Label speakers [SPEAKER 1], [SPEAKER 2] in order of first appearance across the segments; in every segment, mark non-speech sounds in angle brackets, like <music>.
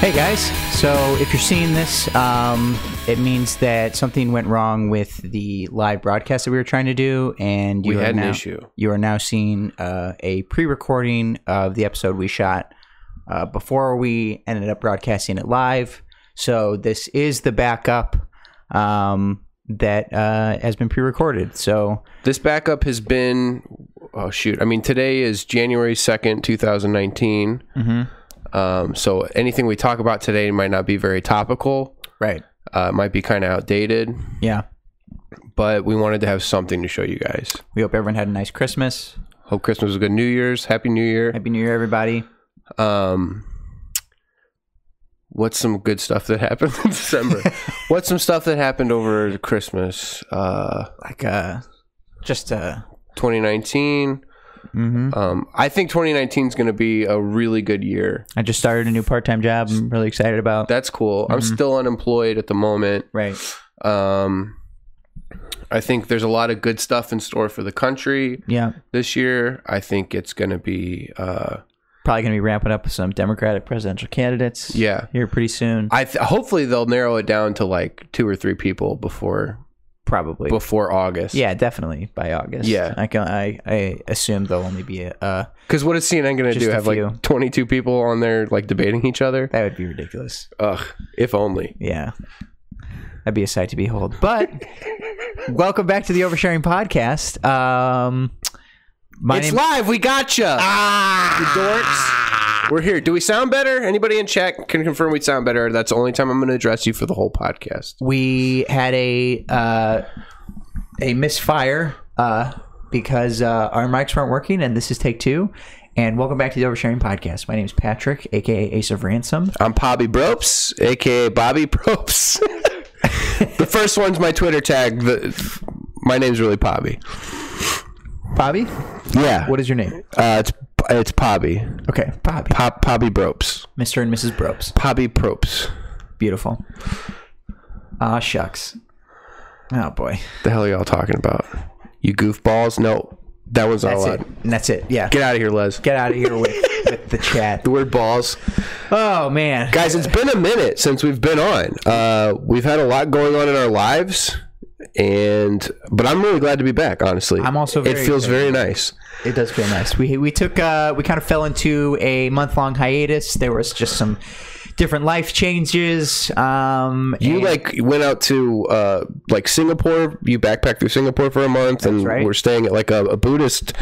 [SPEAKER 1] Hey guys, so if you're seeing this, um, it means that something went wrong with the live broadcast that we were trying to do, and you
[SPEAKER 2] We
[SPEAKER 1] are
[SPEAKER 2] had an
[SPEAKER 1] now,
[SPEAKER 2] issue.
[SPEAKER 1] You are now seeing uh, a pre-recording of the episode we shot uh, before we ended up broadcasting it live. So this is the backup um, that uh, has been pre-recorded. So
[SPEAKER 2] This backup has been oh shoot. I mean, today is January second, two thousand nineteen.
[SPEAKER 1] Mm-hmm.
[SPEAKER 2] Um, so anything we talk about today might not be very topical.
[SPEAKER 1] right,
[SPEAKER 2] Uh, it might be kind of outdated,
[SPEAKER 1] yeah.
[SPEAKER 2] but we wanted to have something to show you guys.
[SPEAKER 1] We hope everyone had a nice Christmas.
[SPEAKER 2] Hope Christmas was a good. New Year's, Happy New Year.
[SPEAKER 1] Happy New Year, everybody.
[SPEAKER 2] Um, what's some good stuff that happened
[SPEAKER 1] <laughs>
[SPEAKER 2] in <laughs> December? what's some stuff that happened over Christmas? Uh,
[SPEAKER 1] Like uh, just uh,
[SPEAKER 2] 2019.
[SPEAKER 1] hmm
[SPEAKER 2] Um, I think 2019 is going to be a really good year.
[SPEAKER 1] I just started a new part-time job. I'm really excited about.
[SPEAKER 2] That's cool. I'm
[SPEAKER 1] Mm-hmm.
[SPEAKER 2] still unemployed at the moment.
[SPEAKER 1] right.
[SPEAKER 2] Um, I think there's a lot of good stuff in store for the country
[SPEAKER 1] Yeah.
[SPEAKER 2] this year. I think it's going to be, uh,
[SPEAKER 1] Probably gonna be ramping up with some Democratic presidential candidates.
[SPEAKER 2] yeah.
[SPEAKER 1] Here pretty soon.
[SPEAKER 2] I th- hopefully they'll narrow it down to like two or three people before
[SPEAKER 1] Probably.
[SPEAKER 2] before August.
[SPEAKER 1] yeah, definitely by August.
[SPEAKER 2] Yeah.
[SPEAKER 1] I can. I, I assume there'll only be a. Uh,
[SPEAKER 2] Because what is CNN going to
[SPEAKER 1] Just
[SPEAKER 2] do?
[SPEAKER 1] a
[SPEAKER 2] Have
[SPEAKER 1] few.
[SPEAKER 2] like 22 people on there like debating each other?
[SPEAKER 1] that would be ridiculous.
[SPEAKER 2] Ugh. If only.
[SPEAKER 1] Yeah. That'd be a sight to behold. But
[SPEAKER 2] <laughs>
[SPEAKER 1] welcome back to the Oversharing Podcast. Um, my
[SPEAKER 2] it's
[SPEAKER 1] name.
[SPEAKER 2] live. We gotcha. You dorks. Ah. We're here. Do we sound better? Anybody in chat can confirm we sound better. That's the only time I'm going to address you for the whole podcast.
[SPEAKER 1] we had a uh, a misfire uh, because uh, our mics weren't working, and this is take two. And welcome back to the Oversharing Podcast. My name is Patrick, aka Ace of Ransom.
[SPEAKER 2] I'm Bobby Bropes, aka Bobby Bropes. the first one's my Twitter tag. The, my name's really Pobby.
[SPEAKER 1] Bobby,
[SPEAKER 2] Yeah.
[SPEAKER 1] what is your name?
[SPEAKER 2] Uh, it's it's Pobby.
[SPEAKER 1] Okay, Bobby,
[SPEAKER 2] Pop Pobby Bropes.
[SPEAKER 1] Mr. and Mrs. Brobes.
[SPEAKER 2] Pobby Propes.
[SPEAKER 1] Beautiful. Ah, shucks. Oh boy,
[SPEAKER 2] The hell are y'all talking about? You goofballs? No, that one's not
[SPEAKER 1] that's
[SPEAKER 2] allowed.
[SPEAKER 1] it. And that's it. Yeah,
[SPEAKER 2] Get out of here, Les.
[SPEAKER 1] get out of here with, with the chat.
[SPEAKER 2] the word balls.
[SPEAKER 1] Oh man,
[SPEAKER 2] guys it's been a minute since we've been on uh, we've had a lot going on in our lives and but i'm really glad to be back honestly
[SPEAKER 1] I'm also
[SPEAKER 2] it
[SPEAKER 1] very
[SPEAKER 2] feels
[SPEAKER 1] excited.
[SPEAKER 2] very nice
[SPEAKER 1] It does feel nice. We we took uh, we kind of fell into a month long hiatus. There was just some different life changes. Um,
[SPEAKER 2] you
[SPEAKER 1] and-
[SPEAKER 2] like went out to uh, like singapore you backpacked through singapore for a month and
[SPEAKER 1] right.
[SPEAKER 2] we're staying at like a, a buddhist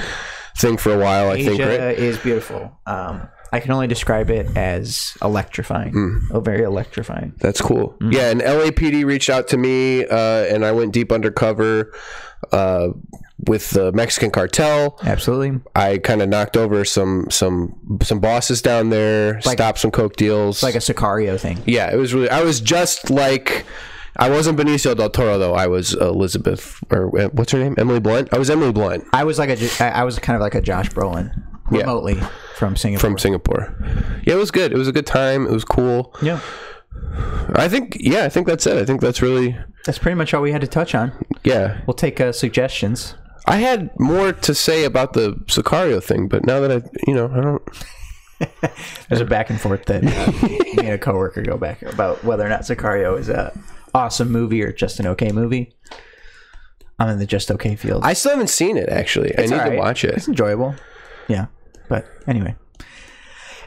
[SPEAKER 2] thing for a while i think
[SPEAKER 1] Asia
[SPEAKER 2] right
[SPEAKER 1] is beautiful. Um, I can only describe it as electrifying.
[SPEAKER 2] Hmm.
[SPEAKER 1] Oh, very electrifying.
[SPEAKER 2] that's cool.
[SPEAKER 1] Mm-hmm.
[SPEAKER 2] Yeah, and LAPD reached out to me, uh, and I went deep undercover uh, with the Mexican cartel.
[SPEAKER 1] Absolutely.
[SPEAKER 2] I kind of knocked over some some some bosses down there, stopped some coke deals.
[SPEAKER 1] Like a Sicario thing.
[SPEAKER 2] yeah, it was really. I was just like, I wasn't Benicio del Toro though. I was Elizabeth or uh, what's her name, Emily Blunt. I was Emily Blunt
[SPEAKER 1] I was like a J- I I was kind of like a Josh Brolin remotely from Singapore.
[SPEAKER 2] from Singapore. Yeah, it was good. It was a good time. It was cool.
[SPEAKER 1] yeah.
[SPEAKER 2] I think. Yeah, I think that's it. I think that's really.
[SPEAKER 1] That's pretty much all we had to touch on.
[SPEAKER 2] Yeah,
[SPEAKER 1] We'll take uh, suggestions.
[SPEAKER 2] I had more to say about the Sicario thing, but now that I, you know, I don't.
[SPEAKER 1] There's a back and forth that me and a coworker go back about whether or not Sicario is a awesome movie or just an okay movie. I'm in the just okay field.
[SPEAKER 2] I still haven't seen it actually. I need to
[SPEAKER 1] alright.
[SPEAKER 2] watch it.
[SPEAKER 1] <laughs> it's enjoyable. Yeah, but anyway.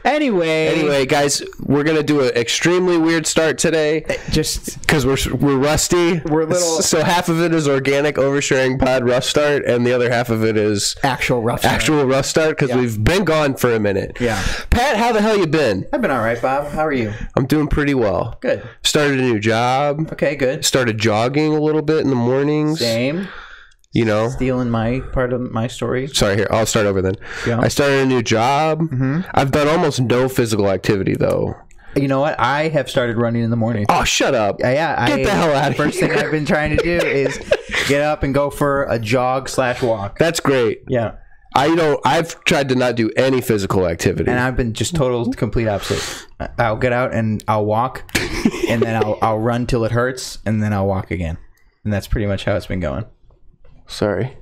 [SPEAKER 1] Anyway,
[SPEAKER 2] Anyway, guys, we're gonna do an extremely weird start today.
[SPEAKER 1] just
[SPEAKER 2] because we're we're rusty.
[SPEAKER 1] We're little-
[SPEAKER 2] So half of it is organic oversharing pod rough start, and the other half of it is
[SPEAKER 1] actual rough. start.
[SPEAKER 2] actual rough start because we've been gone for a minute.
[SPEAKER 1] Yeah.
[SPEAKER 2] Pat, how the hell you been?
[SPEAKER 1] I've been all right, Bob. How are you?
[SPEAKER 2] I'm doing pretty well.
[SPEAKER 1] Good.
[SPEAKER 2] Started a new job.
[SPEAKER 1] Okay, good.
[SPEAKER 2] Started jogging a little bit in the mornings.
[SPEAKER 1] Same.
[SPEAKER 2] You know.
[SPEAKER 1] Stealing my part of my story.
[SPEAKER 2] Sorry, here I'll start over then.
[SPEAKER 1] Yeah. Mm-hmm.
[SPEAKER 2] I started a new job. I've done almost no physical activity though.
[SPEAKER 1] You know what? I have started running in the morning. Uh,
[SPEAKER 2] Oh, shut up!
[SPEAKER 1] Yeah,
[SPEAKER 2] Get
[SPEAKER 1] I,
[SPEAKER 2] the hell out of
[SPEAKER 1] First thing
[SPEAKER 2] here.
[SPEAKER 1] I've been trying to do is get up and go for a jog slash walk.
[SPEAKER 2] That's great.
[SPEAKER 1] Yeah.
[SPEAKER 2] I don't. I've tried to not do any physical activity.
[SPEAKER 1] and I've been just total complete opposite. I- I'll get out and I'll walk, and then I'll I'll run till it hurts, and then I'll walk again, and that's pretty much how it's been going.
[SPEAKER 2] Sorry.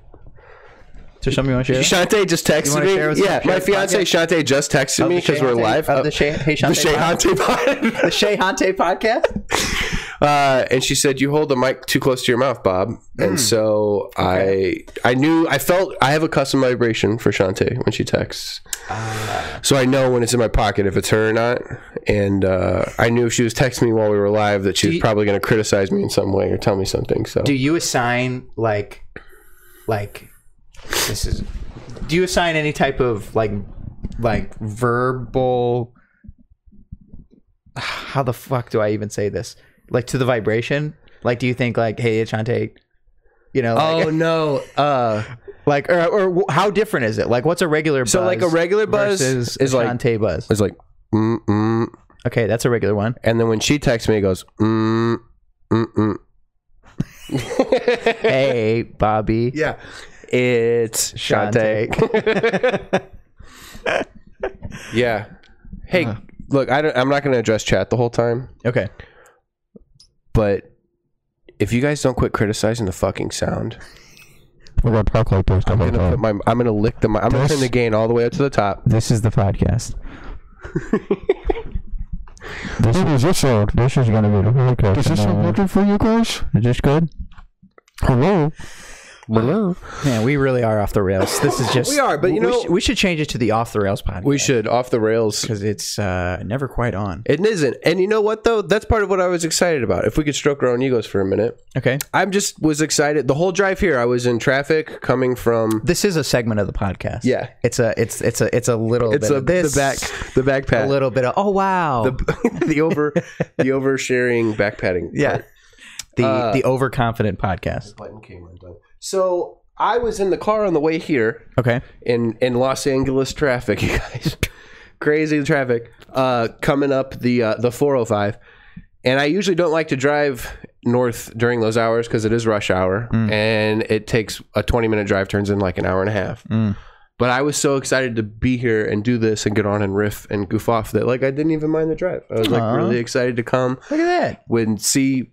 [SPEAKER 1] It's there something you want to share?
[SPEAKER 2] Shante just texted
[SPEAKER 1] wanna
[SPEAKER 2] me.
[SPEAKER 1] share with
[SPEAKER 2] Yeah,
[SPEAKER 1] some-
[SPEAKER 2] my
[SPEAKER 1] share
[SPEAKER 2] fiance
[SPEAKER 1] with
[SPEAKER 2] Shante just texted me because we're
[SPEAKER 1] Shante-
[SPEAKER 2] live.
[SPEAKER 1] of
[SPEAKER 2] Uh,
[SPEAKER 1] the Shay- Hey
[SPEAKER 2] the
[SPEAKER 1] Shante
[SPEAKER 2] Shante pod. <laughs>
[SPEAKER 1] The Shea Hante podcast.
[SPEAKER 2] Uh, and she said, "You hold the mic too close to your mouth, Bob."
[SPEAKER 1] Mm.
[SPEAKER 2] And so I, I knew, I felt, I have a custom vibration for Shante when she texts,
[SPEAKER 1] Ah.
[SPEAKER 2] so I know when it's in my pocket if it's her or not. And uh, I knew if she was texting me while we were live that she was
[SPEAKER 1] you-
[SPEAKER 2] probably going to criticize me in some way or tell me something. So
[SPEAKER 1] Do
[SPEAKER 2] <laughs>
[SPEAKER 1] you assign like, like, this is? Do you assign any type of like, like verbal? How the fuck do I even say this? Like to the vibration? Like, do you think like, hey, Ashante, you know, like,
[SPEAKER 2] no, uh,
[SPEAKER 1] like or, or how different is it? Like, what's a regular?
[SPEAKER 2] So,
[SPEAKER 1] buzz
[SPEAKER 2] like, a regular buzz
[SPEAKER 1] versus
[SPEAKER 2] is, like-
[SPEAKER 1] Ashante buzz.
[SPEAKER 2] it's like, mm mm,
[SPEAKER 1] Okay, that's a regular
[SPEAKER 2] <laughs>
[SPEAKER 1] one.
[SPEAKER 2] and then when she texts me, it goes, mm mm mm.
[SPEAKER 1] <laughs> hey, Bobby.
[SPEAKER 2] Yeah, it's Shante. Yeah. Hey, look, I don't, I'm not going to address chat the whole time,
[SPEAKER 1] okay.
[SPEAKER 2] but if you guys don't quit criticizing the fucking sound,
[SPEAKER 3] We're gonna talk like this the whole
[SPEAKER 2] I'm gonna put
[SPEAKER 3] time.
[SPEAKER 2] my, I'm gonna lick the, mi- I'm gonna turn the gain all the way up to the top.
[SPEAKER 3] This is the podcast. this is this old. This is gonna be the podcast. Is this working for you guys? Is this good? Hello. Hello.
[SPEAKER 1] Man, we really are off the rails. This is just
[SPEAKER 2] <laughs> We are, but you know-
[SPEAKER 1] sh- we should change it to the off the rails podcast.
[SPEAKER 2] We should off the rails.
[SPEAKER 1] because it's uh, never quite on.
[SPEAKER 2] It isn't, and you know what though? That's part of what I was excited about. If we could stroke our own egos for a minute,
[SPEAKER 1] Okay,
[SPEAKER 2] I'm just was excited. The whole drive here, I was in traffic coming from.
[SPEAKER 1] this is a segment of the podcast.
[SPEAKER 2] Yeah.
[SPEAKER 1] it's a it's it's a it's a little
[SPEAKER 2] It's
[SPEAKER 1] bit
[SPEAKER 2] a,
[SPEAKER 1] of this
[SPEAKER 2] the back, the
[SPEAKER 1] a
[SPEAKER 2] backpack,
[SPEAKER 1] little bit of oh wow, the,
[SPEAKER 2] <laughs> the over, the oversharing backpatting.
[SPEAKER 1] yeah, the
[SPEAKER 2] Uh,
[SPEAKER 1] the overconfident podcast.
[SPEAKER 2] button came undone. So I was in the car on the way here
[SPEAKER 1] Okay,
[SPEAKER 2] in in Los Angeles traffic, <laughs> you guys. Crazy traffic uh, coming up the uh, the 405, and I usually don't like to drive north during those hours because it is rush hour,
[SPEAKER 1] Mm.
[SPEAKER 2] and it takes a 20 minute drive turns in like an hour and a half.
[SPEAKER 1] Mm.
[SPEAKER 2] But I was so excited to be here and do this and get on and riff and goof off that like I didn't even mind the drive. I was like
[SPEAKER 1] Aw.
[SPEAKER 2] really excited to come
[SPEAKER 1] look at that.
[SPEAKER 2] and see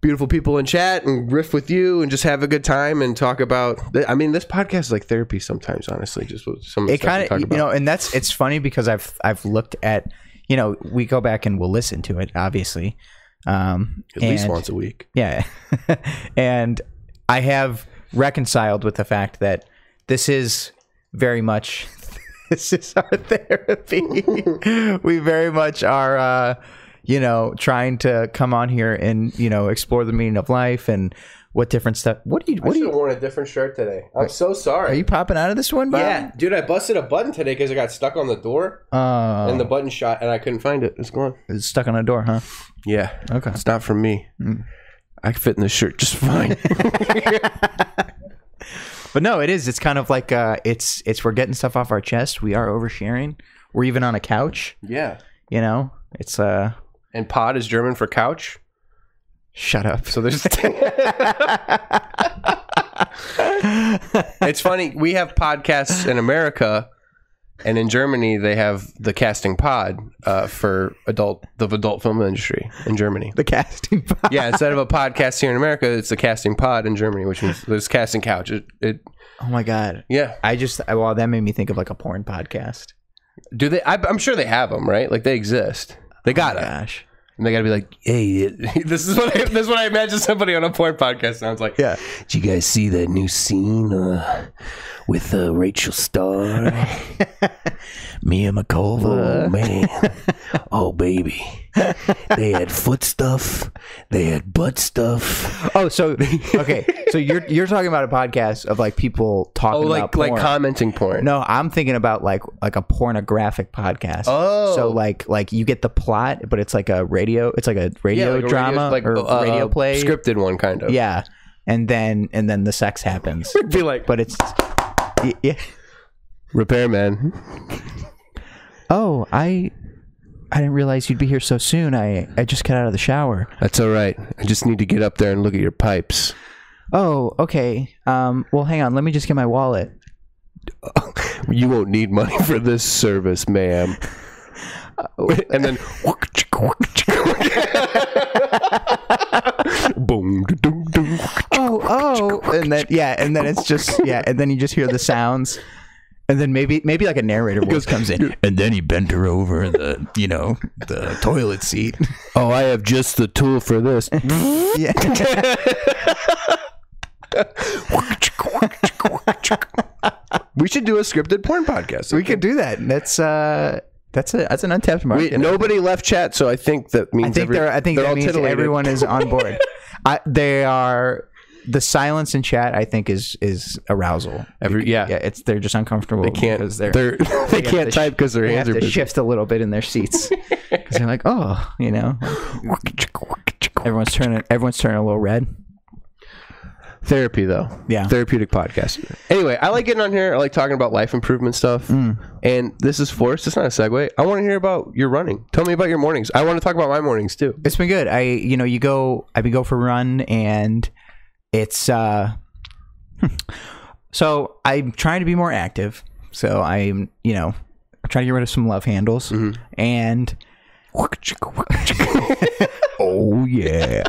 [SPEAKER 2] beautiful people in chat and riff with you and just have a good time and talk about i mean this podcast is like therapy sometimes honestly just what some of the
[SPEAKER 1] it
[SPEAKER 2] stuff we
[SPEAKER 1] kind of
[SPEAKER 2] talk
[SPEAKER 1] you
[SPEAKER 2] about
[SPEAKER 1] know and that's it's funny because i've i've looked at you know we go back and we'll listen to it obviously um
[SPEAKER 2] at least
[SPEAKER 1] and-
[SPEAKER 2] once a week
[SPEAKER 1] yeah <laughs> and i have reconciled with the fact that this is very much <laughs> this is our <laughs> therapy <laughs> we very much are uh you know trying to come on here and you know explore the meaning of life and what different stuff what do you what
[SPEAKER 2] i
[SPEAKER 1] do
[SPEAKER 2] should
[SPEAKER 1] you
[SPEAKER 2] have worn a different shirt today i'm so
[SPEAKER 1] are
[SPEAKER 2] sorry
[SPEAKER 1] you popping out of this one Bob?
[SPEAKER 2] yeah dude i busted a button today because i got stuck on the door
[SPEAKER 1] uh
[SPEAKER 2] and the button shot and i couldn't find it it's gone
[SPEAKER 1] it's stuck on a door huh
[SPEAKER 2] yeah
[SPEAKER 1] Okay. Hmm.
[SPEAKER 2] it's not from me i fit in this shirt
[SPEAKER 1] <laughs>
[SPEAKER 2] just fine
[SPEAKER 1] But no, it is. It's kind of like uh, it's it's we're getting stuff off our chest. We are oversharing. We're even on a couch.
[SPEAKER 2] yeah
[SPEAKER 1] You know, it's uh,
[SPEAKER 2] and pod is german for couch
[SPEAKER 1] shut up. <laughs>
[SPEAKER 2] So there's. <laughs> it's funny. We have podcasts in America, and in Germany they have the casting pod uh, for adult the adult film industry in Germany.
[SPEAKER 1] The casting. <laughs> pod.
[SPEAKER 2] Yeah, instead of a podcast here in America, it's the casting pod in Germany, which means there's casting couch. It, it
[SPEAKER 1] Oh my god.
[SPEAKER 2] yeah.
[SPEAKER 1] I just I, well, that made me think of like a porn podcast.
[SPEAKER 2] Do they? I, I'm sure they have them, right? Like they exist. They gotta,
[SPEAKER 1] Gosh.
[SPEAKER 2] and they gotta be like, hey, <laughs> this is what I, this is what I imagine somebody on a porn podcast sounds like.
[SPEAKER 1] Yeah.
[SPEAKER 2] Did you guys see that new scene uh, with uh, Rachel Starr?
[SPEAKER 4] Mia Makova, oh man, oh baby. They had foot stuff, they had butt stuff.
[SPEAKER 1] Oh, so okay. So you're you're talking about a podcast of like people
[SPEAKER 2] oh,
[SPEAKER 1] talking
[SPEAKER 2] like
[SPEAKER 1] about porn.
[SPEAKER 2] like commenting porn.
[SPEAKER 1] No, I'm thinking about like like a pornographic podcast.
[SPEAKER 2] Oh.
[SPEAKER 1] so like like you get the plot, but it's like a radio. It's like a radio
[SPEAKER 2] like a
[SPEAKER 1] drama
[SPEAKER 2] like
[SPEAKER 1] or
[SPEAKER 2] uh,
[SPEAKER 1] radio play.
[SPEAKER 2] scripted one kind of.
[SPEAKER 1] Yeah, and then and then the sex
[SPEAKER 2] <laughs>
[SPEAKER 1] happens,
[SPEAKER 2] be like
[SPEAKER 1] but it's y- yeah.
[SPEAKER 2] repairman.
[SPEAKER 1] Oh, I I didn't realize you'd be here so soon. I I just got out of the shower.
[SPEAKER 2] That's all right. I just need to get up there and look at your pipes.
[SPEAKER 1] Oh, okay. Um, well, hang on. Let me just get my wallet.
[SPEAKER 2] You won't need money <laughs> for this service, ma'am. <laughs> and then <laughs> boom. doo, doo, doo.
[SPEAKER 1] Oh, oh, no and then yeah and then it's just yeah and then you just hear the sounds and then maybe maybe like a narrator voice comes in and then he bent her over the you know the toilet seat
[SPEAKER 4] Oh, I have just the tool
[SPEAKER 2] <laughs>
[SPEAKER 4] for this.
[SPEAKER 1] <laughs> yeah
[SPEAKER 2] We should do a scripted porn podcast.
[SPEAKER 1] we could do that that's uh that's a that's an untapped market
[SPEAKER 2] We- nobody left chat, so I think that means
[SPEAKER 1] I think
[SPEAKER 2] every-
[SPEAKER 1] they're. I think
[SPEAKER 2] they're
[SPEAKER 1] that
[SPEAKER 2] all
[SPEAKER 1] means
[SPEAKER 2] titillated.
[SPEAKER 1] everyone is on <laughs> board. I, they are. The silence in chat, I think, is is arousal.
[SPEAKER 2] Every- yeah.
[SPEAKER 1] yeah, it's they're just uncomfortable. They
[SPEAKER 2] can't
[SPEAKER 1] because
[SPEAKER 2] they're,
[SPEAKER 1] they're,
[SPEAKER 2] they're <laughs> they
[SPEAKER 1] have
[SPEAKER 2] can't
[SPEAKER 1] to sh-
[SPEAKER 2] type because their
[SPEAKER 1] they
[SPEAKER 2] hands
[SPEAKER 1] have
[SPEAKER 2] are
[SPEAKER 1] to
[SPEAKER 2] busy.
[SPEAKER 1] shift a little bit in their seats because they're like, oh, you know, <laughs> everyone's turning everyone's turning a little red.
[SPEAKER 2] Therapy though,
[SPEAKER 1] Yeah.
[SPEAKER 2] therapeutic podcast. Anyway, I like getting on here. I like talking about life improvement stuff, and this is forced. It's not a segue. I want to hear about your running. Tell me about your mornings. I want to talk about my mornings too.
[SPEAKER 1] It's been good. I you know you go I go for a run and it's uh <laughs> so I'm trying to be more active. So I'm you know I'm trying to get rid of some love handles and <laughs> oh yeah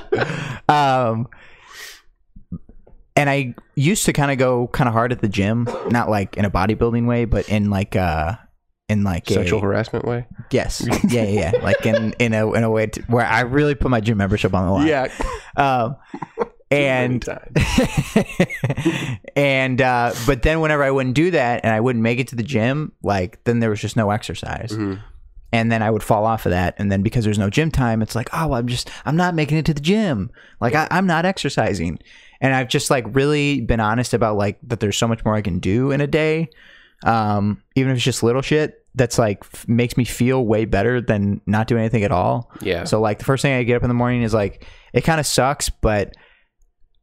[SPEAKER 1] um and I used to kind of go kind of hard at the gym, not like in a bodybuilding way, but in like uh in like a-
[SPEAKER 2] Sexual harassment way.
[SPEAKER 1] Yes. Yeah, yeah, yeah. Like in in a in a way to, where I really put my gym membership on the line.
[SPEAKER 2] <laughs> Yeah,
[SPEAKER 1] Um, and <laughs> and uh, but then whenever I wouldn't do that and I wouldn't make it to the gym, like then there was just no exercise. And then I would fall off of that, and then because there's no gym time, it's like, oh, well, I'm just, I'm not making it to the gym. Like I, I'm not exercising, and I've just like really been honest about like that. There's so much more I can do in a day, um, even if it's just little shit. That's like f- makes me feel way better than not doing anything at all.
[SPEAKER 2] <laughs> Yeah.
[SPEAKER 1] So like the first thing I get up in the morning is like it kind of sucks, but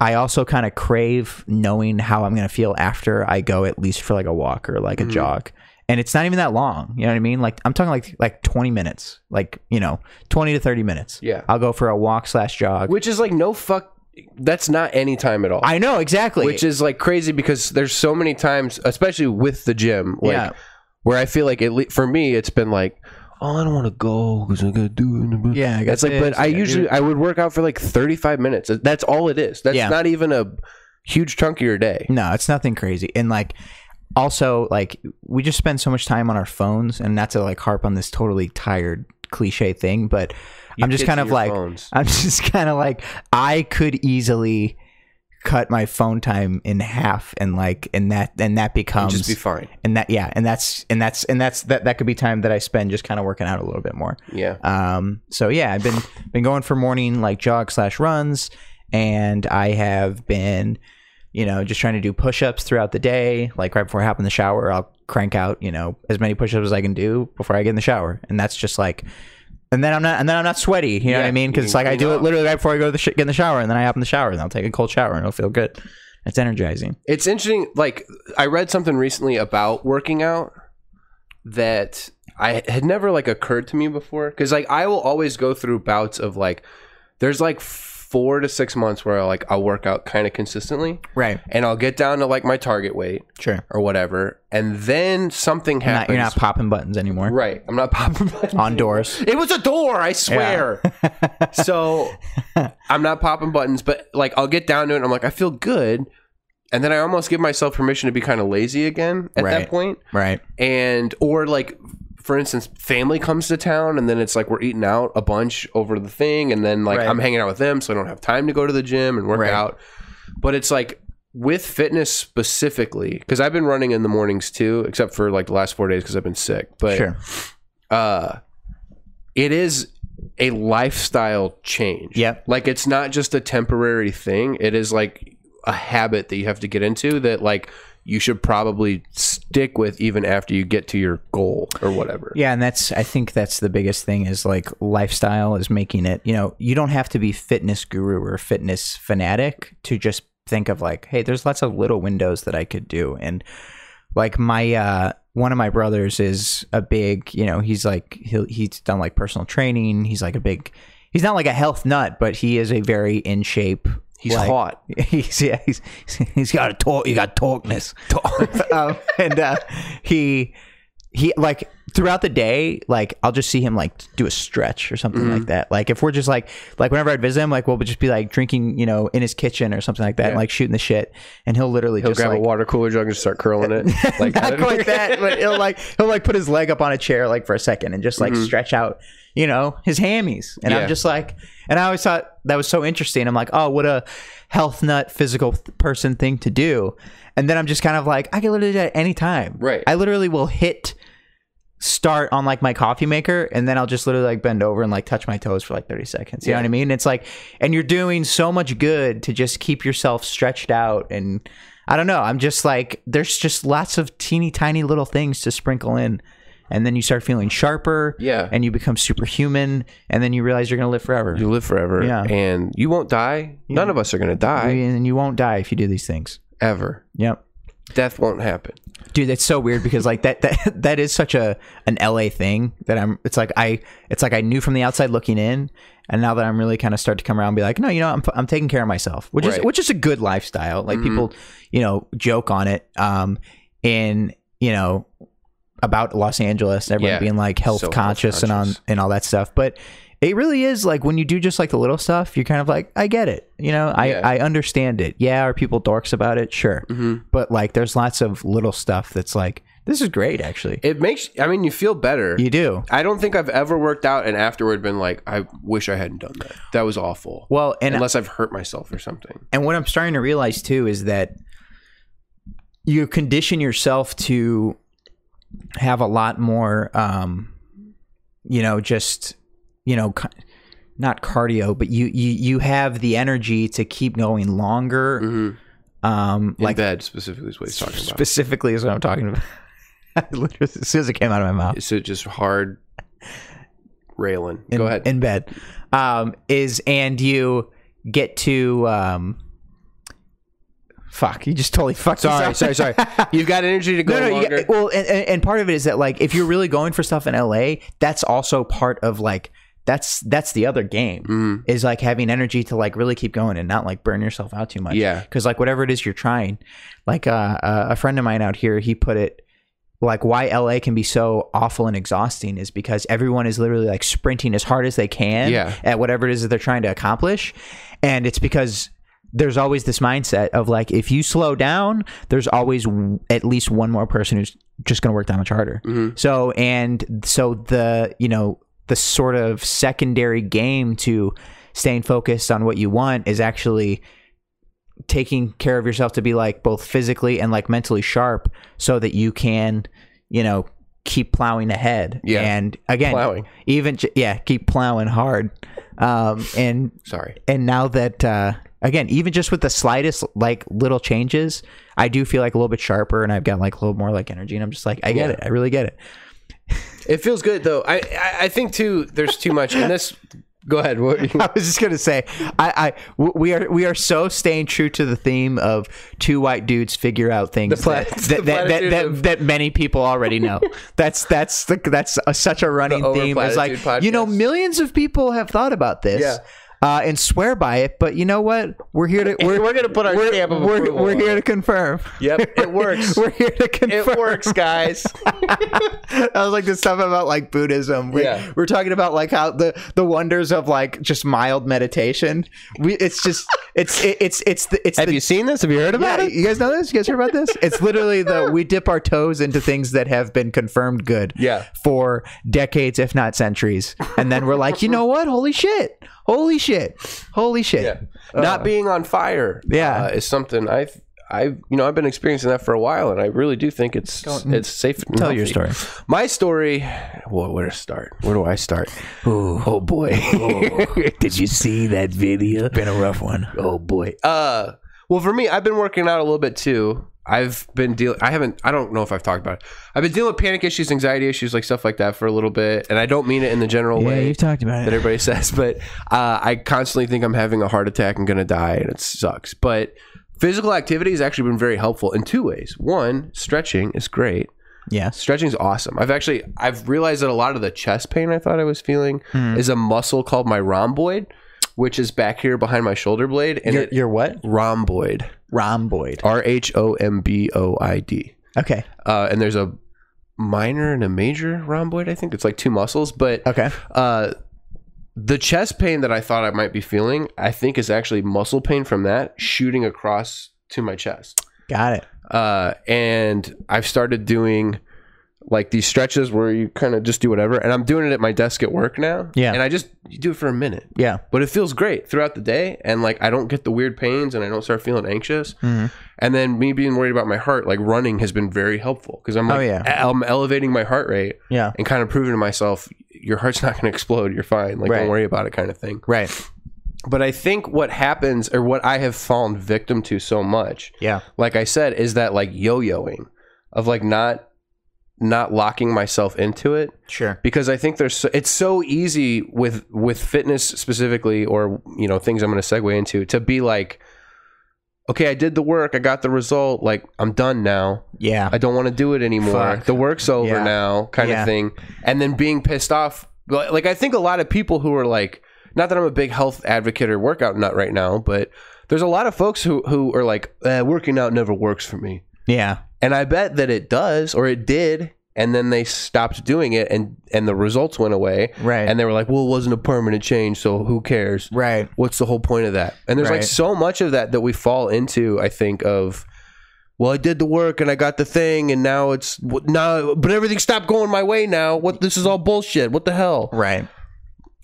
[SPEAKER 1] I also kind of crave knowing how I'm going to feel after I go at least for like a walk or
[SPEAKER 2] Mm-hmm.
[SPEAKER 1] like a jog. And it's not even that long, you know what I mean? Like I'm talking like like 20 minutes, like you know, 20 to 30 minutes.
[SPEAKER 2] Yeah.
[SPEAKER 1] I'll go for a walk slash jog.
[SPEAKER 2] which is like no fuck. That's not any time at all.
[SPEAKER 1] I know exactly.
[SPEAKER 2] which is like crazy because there's so many times, especially with the gym, like
[SPEAKER 1] Yeah.
[SPEAKER 2] where I feel like at least for me, it's been like, oh, I don't want to go because I got to do it.
[SPEAKER 1] yeah, I
[SPEAKER 2] it's
[SPEAKER 1] guess
[SPEAKER 2] like,
[SPEAKER 1] it
[SPEAKER 2] but
[SPEAKER 1] is.
[SPEAKER 2] I
[SPEAKER 1] Yeah,
[SPEAKER 2] usually
[SPEAKER 1] dude.
[SPEAKER 2] I would work out for like 35 minutes. That's all it is. That's
[SPEAKER 1] Yeah.
[SPEAKER 2] not even a huge chunk of your day.
[SPEAKER 1] No, it's nothing crazy. And like also like we just spend so much time on our phones and not to like harp on this totally tired cliche thing, but I'm just
[SPEAKER 2] kids
[SPEAKER 1] kind
[SPEAKER 2] and
[SPEAKER 1] of
[SPEAKER 2] your
[SPEAKER 1] like
[SPEAKER 2] phones.
[SPEAKER 1] I'm <laughs> just kind of like I could easily cut my phone time in half and like and that and that becomes
[SPEAKER 2] Just be fine.
[SPEAKER 1] and that yeah and that's and that's and that's that that could be time that I spend just kind of working out a little bit more.
[SPEAKER 2] Yeah.
[SPEAKER 1] Um, so yeah, I've been been going for morning like jog slash runs, and I have been, you know, just trying to do push ups throughout the day. Like right before I hop in the shower, I'll crank out you know as many push ups as I can do before I get in the shower, and that's just like. And then I'm not, and then I'm not sweaty. You know what
[SPEAKER 2] Yeah,
[SPEAKER 1] I mean? Because
[SPEAKER 2] you
[SPEAKER 1] it's like I
[SPEAKER 2] clean
[SPEAKER 1] do
[SPEAKER 2] up.
[SPEAKER 1] it literally right before I go to the sh- get in the shower, and then I hop in the shower, and I'll take a cold shower, and it'll feel good. It's energizing.
[SPEAKER 2] It's interesting. Like I read something recently about working out that I had never like occurred to me before. Because like I will always go through bouts of like there's like four to six months where I like I'll work out kind of consistently
[SPEAKER 1] Right.
[SPEAKER 2] and I'll get down to like my target weight
[SPEAKER 1] Sure.
[SPEAKER 2] or whatever, and then something
[SPEAKER 1] You're not,
[SPEAKER 2] happens.
[SPEAKER 1] you're not popping buttons anymore
[SPEAKER 2] right. I'm not <laughs> popping. buttons.
[SPEAKER 1] on doors.
[SPEAKER 2] It was a door, I swear.
[SPEAKER 1] <laughs>
[SPEAKER 2] so I'm not popping buttons, but like I'll get down to it and I'm like, I feel good. And then I almost give myself permission to be kind of lazy again at that
[SPEAKER 1] Right.
[SPEAKER 2] point.
[SPEAKER 1] Right.
[SPEAKER 2] And or like for instance, family comes to town and then it's like we're eating out a bunch over the thing and then like
[SPEAKER 1] Right.
[SPEAKER 2] I'm hanging out with them so I don't have time to go to the gym and work
[SPEAKER 1] Right.
[SPEAKER 2] out. But it's like with fitness specifically, because I've been running in the mornings too, except for like the last four days because I've been sick. But
[SPEAKER 1] Sure.
[SPEAKER 2] uh it is a lifestyle change.
[SPEAKER 1] Yep.
[SPEAKER 2] Like it's not just a temporary thing. It is like a habit that you have to get into that like you should probably stick with even after you get to your goal or whatever.
[SPEAKER 1] Yeah, and that's I think that's the biggest thing is like lifestyle is making it. You know, you don't have to be fitness guru or fitness fanatic to just think of like, hey, there's lots of little windows that I could do. And like my uh one of my brothers is a big, you know, he's like he he's done like personal training. He's like a big he's not like a health nut, but he is a very in shape
[SPEAKER 2] He's
[SPEAKER 1] like,
[SPEAKER 2] hot.
[SPEAKER 1] <laughs> He's yeah, he's <laughs> he's got a talk. You got talkness, um, and uh, he he like throughout the day, like I'll just see him like do a stretch or something
[SPEAKER 2] Mm-hmm.
[SPEAKER 1] like that. Like if we're just like like whenever I'd visit him, like we'll just be like drinking, you know, in his kitchen or something like that, and, like shooting the shit, and he'll literally
[SPEAKER 2] He'll
[SPEAKER 1] just
[SPEAKER 2] grab
[SPEAKER 1] like,
[SPEAKER 2] a water cooler jug and just start curling it.
[SPEAKER 1] <laughs>
[SPEAKER 2] Like
[SPEAKER 1] not quite that, but he'll like he'll like put his leg up on a chair like for a second and just like stretch out, you know, his hammies. And
[SPEAKER 2] Mm-hmm. Yeah.
[SPEAKER 1] I'm just like, and I always thought that was so interesting. I'm like, oh, what a health nut physical th- person thing to do. And then I'm just kind of like, I can literally do that at any time.
[SPEAKER 2] Right.
[SPEAKER 1] I literally will hit start on like my coffee maker and then I'll just literally like bend over and like touch my toes for like 30 seconds. You know what I mean? It's like and you're doing so much good to just keep yourself stretched out and I don't know, I'm just like there's just lots of teeny tiny little things to sprinkle in and then you start feeling sharper
[SPEAKER 2] Yeah.
[SPEAKER 1] and you become superhuman and then you realize you're going to live forever.
[SPEAKER 2] you live forever,
[SPEAKER 1] Yeah.
[SPEAKER 2] and you won't die. None of us are gonna die
[SPEAKER 1] and you won't die if you do these things.
[SPEAKER 2] ever.
[SPEAKER 1] Yep.
[SPEAKER 2] Death won't happen.
[SPEAKER 1] dude that's so weird because like that that <laughs> that is such a an la thing that i'm it's like i it's like i knew from the outside looking in and now that i'm really kind of start to come around and be like no you know i'm, I'm taking care of myself which is
[SPEAKER 2] Right. Mm-hmm.
[SPEAKER 1] which is a good lifestyle like people you know joke on it um in you know about los angeles everyone
[SPEAKER 2] Yeah.
[SPEAKER 1] being like health
[SPEAKER 2] So health
[SPEAKER 1] conscious and on
[SPEAKER 2] conscious.
[SPEAKER 1] and all that stuff but it really is like when you do just like the little stuff you're kind of like i get it you know i
[SPEAKER 2] Yeah.
[SPEAKER 1] i understand it yeah are people dorks about it sure but like there's lots of little stuff that's like this is great actually
[SPEAKER 2] It makes. I mean, you feel better.
[SPEAKER 1] you do
[SPEAKER 2] I don't think I've ever worked out and afterward been like, I wish I hadn't done that. That was awful.
[SPEAKER 1] well and
[SPEAKER 2] Unless I've hurt myself or something.
[SPEAKER 1] and what i'm starting to realize too is that you condition yourself to have a lot more um you know just you know ca- not cardio but you you you have the energy to keep going longer
[SPEAKER 2] Mm-hmm.
[SPEAKER 1] um
[SPEAKER 2] In
[SPEAKER 1] like
[SPEAKER 2] bed specifically is what he's talking about.
[SPEAKER 1] specifically is what i'm talking about <laughs> Literally, as soon as it came out of my mouth
[SPEAKER 2] It's a- just hard railing.
[SPEAKER 1] in,
[SPEAKER 2] Go ahead.
[SPEAKER 1] in bed um, is and you get to um, fuck you just totally fucked this
[SPEAKER 2] sorry,
[SPEAKER 1] up. <laughs>
[SPEAKER 2] sorry, sorry. You've got energy to go
[SPEAKER 1] no no you
[SPEAKER 2] longer.
[SPEAKER 1] get, well and, and and part of it is that like if you're really going for stuff in LA that's also part of like that's that's the other game
[SPEAKER 2] Mm-hmm.
[SPEAKER 1] is like having energy to like really keep going and not like burn yourself out too much
[SPEAKER 2] Yeah.
[SPEAKER 1] because like whatever it is you're trying like uh, uh, a friend of mine out here he put it like why LA can be so awful and exhausting is because everyone is literally like sprinting as hard as they can
[SPEAKER 2] Yeah.
[SPEAKER 1] at whatever it is that they're trying to accomplish. And it's because there's always this mindset of like, if you slow down, there's always w- at least one more person who's just going to work that much harder.
[SPEAKER 2] Mm-hmm.
[SPEAKER 1] So, and so the, you know, the sort of secondary game to staying focused on what you want is actually taking care of yourself to be like both physically and like mentally sharp so that you can, you know, keep plowing ahead.
[SPEAKER 2] Yeah.
[SPEAKER 1] And again,
[SPEAKER 2] Plowing.
[SPEAKER 1] even j- yeah, keep plowing hard. Um, and
[SPEAKER 2] Sorry.
[SPEAKER 1] and now that uh, again, even just with the slightest like little changes, I do feel like a little bit sharper, and I've got like a little more like energy, and I'm just like, I get it, I really get it.
[SPEAKER 2] It feels good though. I, I, I think too. There's too much. And this. Go ahead. What, <laughs>
[SPEAKER 1] <laughs> I was just gonna say, I, I w- we are we are so staying true to the theme of two white dudes figure out things
[SPEAKER 2] plat-
[SPEAKER 1] that,
[SPEAKER 2] <laughs> the
[SPEAKER 1] that, that, that,
[SPEAKER 2] platitude
[SPEAKER 1] that,
[SPEAKER 2] of-
[SPEAKER 1] that many people already
[SPEAKER 2] <laughs>
[SPEAKER 1] know. that's that's the, that's a, such a running
[SPEAKER 2] The over
[SPEAKER 1] theme. It's like
[SPEAKER 2] platitude
[SPEAKER 1] you know,
[SPEAKER 2] podcast.
[SPEAKER 1] millions of people have thought about this.
[SPEAKER 2] Yeah.
[SPEAKER 1] Uh, and swear by it, but you know what? We're here to we're,
[SPEAKER 2] <laughs> We're gonna put our
[SPEAKER 1] we're,
[SPEAKER 2] stamp of
[SPEAKER 1] we're,
[SPEAKER 2] approval
[SPEAKER 1] we're
[SPEAKER 2] on
[SPEAKER 1] here to confirm.
[SPEAKER 2] yep.
[SPEAKER 1] <laughs>
[SPEAKER 2] It works.
[SPEAKER 1] We're here to confirm.
[SPEAKER 2] It works, guys.
[SPEAKER 1] <laughs> I was like this stuff about like Buddhism. We,
[SPEAKER 2] Yeah.
[SPEAKER 1] We're talking about like how the the wonders of like just mild meditation. We it's just it's it, it's it's the it's
[SPEAKER 4] Have
[SPEAKER 1] the,
[SPEAKER 4] you seen this? Have you heard about
[SPEAKER 1] yeah,
[SPEAKER 4] it?
[SPEAKER 1] you guys know this? You guys heard about this? It's literally the we dip our toes into things that have been confirmed good
[SPEAKER 2] Yeah.
[SPEAKER 1] for decades, if not centuries. And then we're like, you know what? Holy shit. Holy shit. Holy shit.
[SPEAKER 2] Yeah. Not being on fire.
[SPEAKER 1] Yeah.
[SPEAKER 2] uh, is something I've I've you know I've been experiencing that for a while, and I really do think it's it's safe. and
[SPEAKER 1] Tell your
[SPEAKER 2] healthy.
[SPEAKER 1] story.
[SPEAKER 2] My story. Well, where to start? Where do I start? Oh boy.
[SPEAKER 4] Did you see that video? Been a rough one.
[SPEAKER 2] oh boy. Uh, well, for me, I've been working out a little bit too. I've been dealing. I haven't. I don't know if I've talked about it. I've been dealing with panic issues, anxiety issues, like stuff like that, for a little bit, and I don't mean it in the general way.
[SPEAKER 4] talked about
[SPEAKER 2] that everybody <laughs> says, but uh, I constantly think I'm having a heart attack and going to die, and it sucks. But physical activity has actually been very helpful in two ways. One, stretching is great.
[SPEAKER 1] Yes.
[SPEAKER 2] Stretching is awesome. I've actually I've realized that a lot of the chest pain I thought I was feeling is a muscle called my rhomboid, which is back here behind my shoulder blade, and
[SPEAKER 1] You're,
[SPEAKER 2] it,
[SPEAKER 1] you're what?
[SPEAKER 2] rhomboid,
[SPEAKER 1] Rhomboid.
[SPEAKER 2] R H O M B O I D.
[SPEAKER 1] Okay.
[SPEAKER 2] Uh, and there's a minor and a major rhomboid. I think it's like two muscles, but
[SPEAKER 1] Okay.
[SPEAKER 2] uh, the chest pain that I thought I might be feeling, I think is actually muscle pain from that shooting across to my chest.
[SPEAKER 1] Got it.
[SPEAKER 2] Uh, and I've started doing like these stretches where you kind of just do whatever. And I'm doing it at my desk at work now.
[SPEAKER 1] Yeah.
[SPEAKER 2] And I just you do it for a minute,
[SPEAKER 1] Yeah.
[SPEAKER 2] but it feels great throughout the day. And like I don't get the weird pains and I don't start feeling anxious.
[SPEAKER 1] Mm-hmm.
[SPEAKER 2] And then me being worried about my heart, like running has been very helpful because I'm
[SPEAKER 1] Oh,
[SPEAKER 2] like,
[SPEAKER 1] yeah.
[SPEAKER 2] I'm elevating my heart rate
[SPEAKER 1] Yeah.
[SPEAKER 2] and kind of proving to myself your heart's not going to explode you're fine like
[SPEAKER 1] Right.
[SPEAKER 2] don't worry about it kind of thing
[SPEAKER 1] Right.
[SPEAKER 2] but i think what happens or what i have fallen victim to so much
[SPEAKER 1] Yeah.
[SPEAKER 2] like i said is that like yo-yoing of like not not locking myself into it
[SPEAKER 1] Sure.
[SPEAKER 2] because i think there's so, it's so easy with with fitness specifically or you know things i'm going to segue into to be like okay i did the work i got the result like i'm done now
[SPEAKER 1] Yeah.
[SPEAKER 2] I don't want to do it anymore.
[SPEAKER 1] Fuck.
[SPEAKER 2] The work's over
[SPEAKER 1] Yeah.
[SPEAKER 2] now, kind
[SPEAKER 1] Yeah.
[SPEAKER 2] of thing. And then being pissed off. Like, like, I think a lot of people who are like, not that I'm a big health advocate or workout nut right now, but there's a lot of folks who, who are like, eh, working out never works for me.
[SPEAKER 1] Yeah.
[SPEAKER 2] And I bet that it does, or it did. And then they stopped doing it, and, and the results went away.
[SPEAKER 1] Right.
[SPEAKER 2] And they were like, well, it wasn't a permanent change, so who cares?
[SPEAKER 1] Right.
[SPEAKER 2] what's the whole point of that? And there's
[SPEAKER 1] Right.
[SPEAKER 2] like so much of that that we fall into. I think of, well, I did the work and I got the thing, and now it's what- now, but everything stopped going my way. Now, what this is all bullshit. What the hell?
[SPEAKER 1] Right.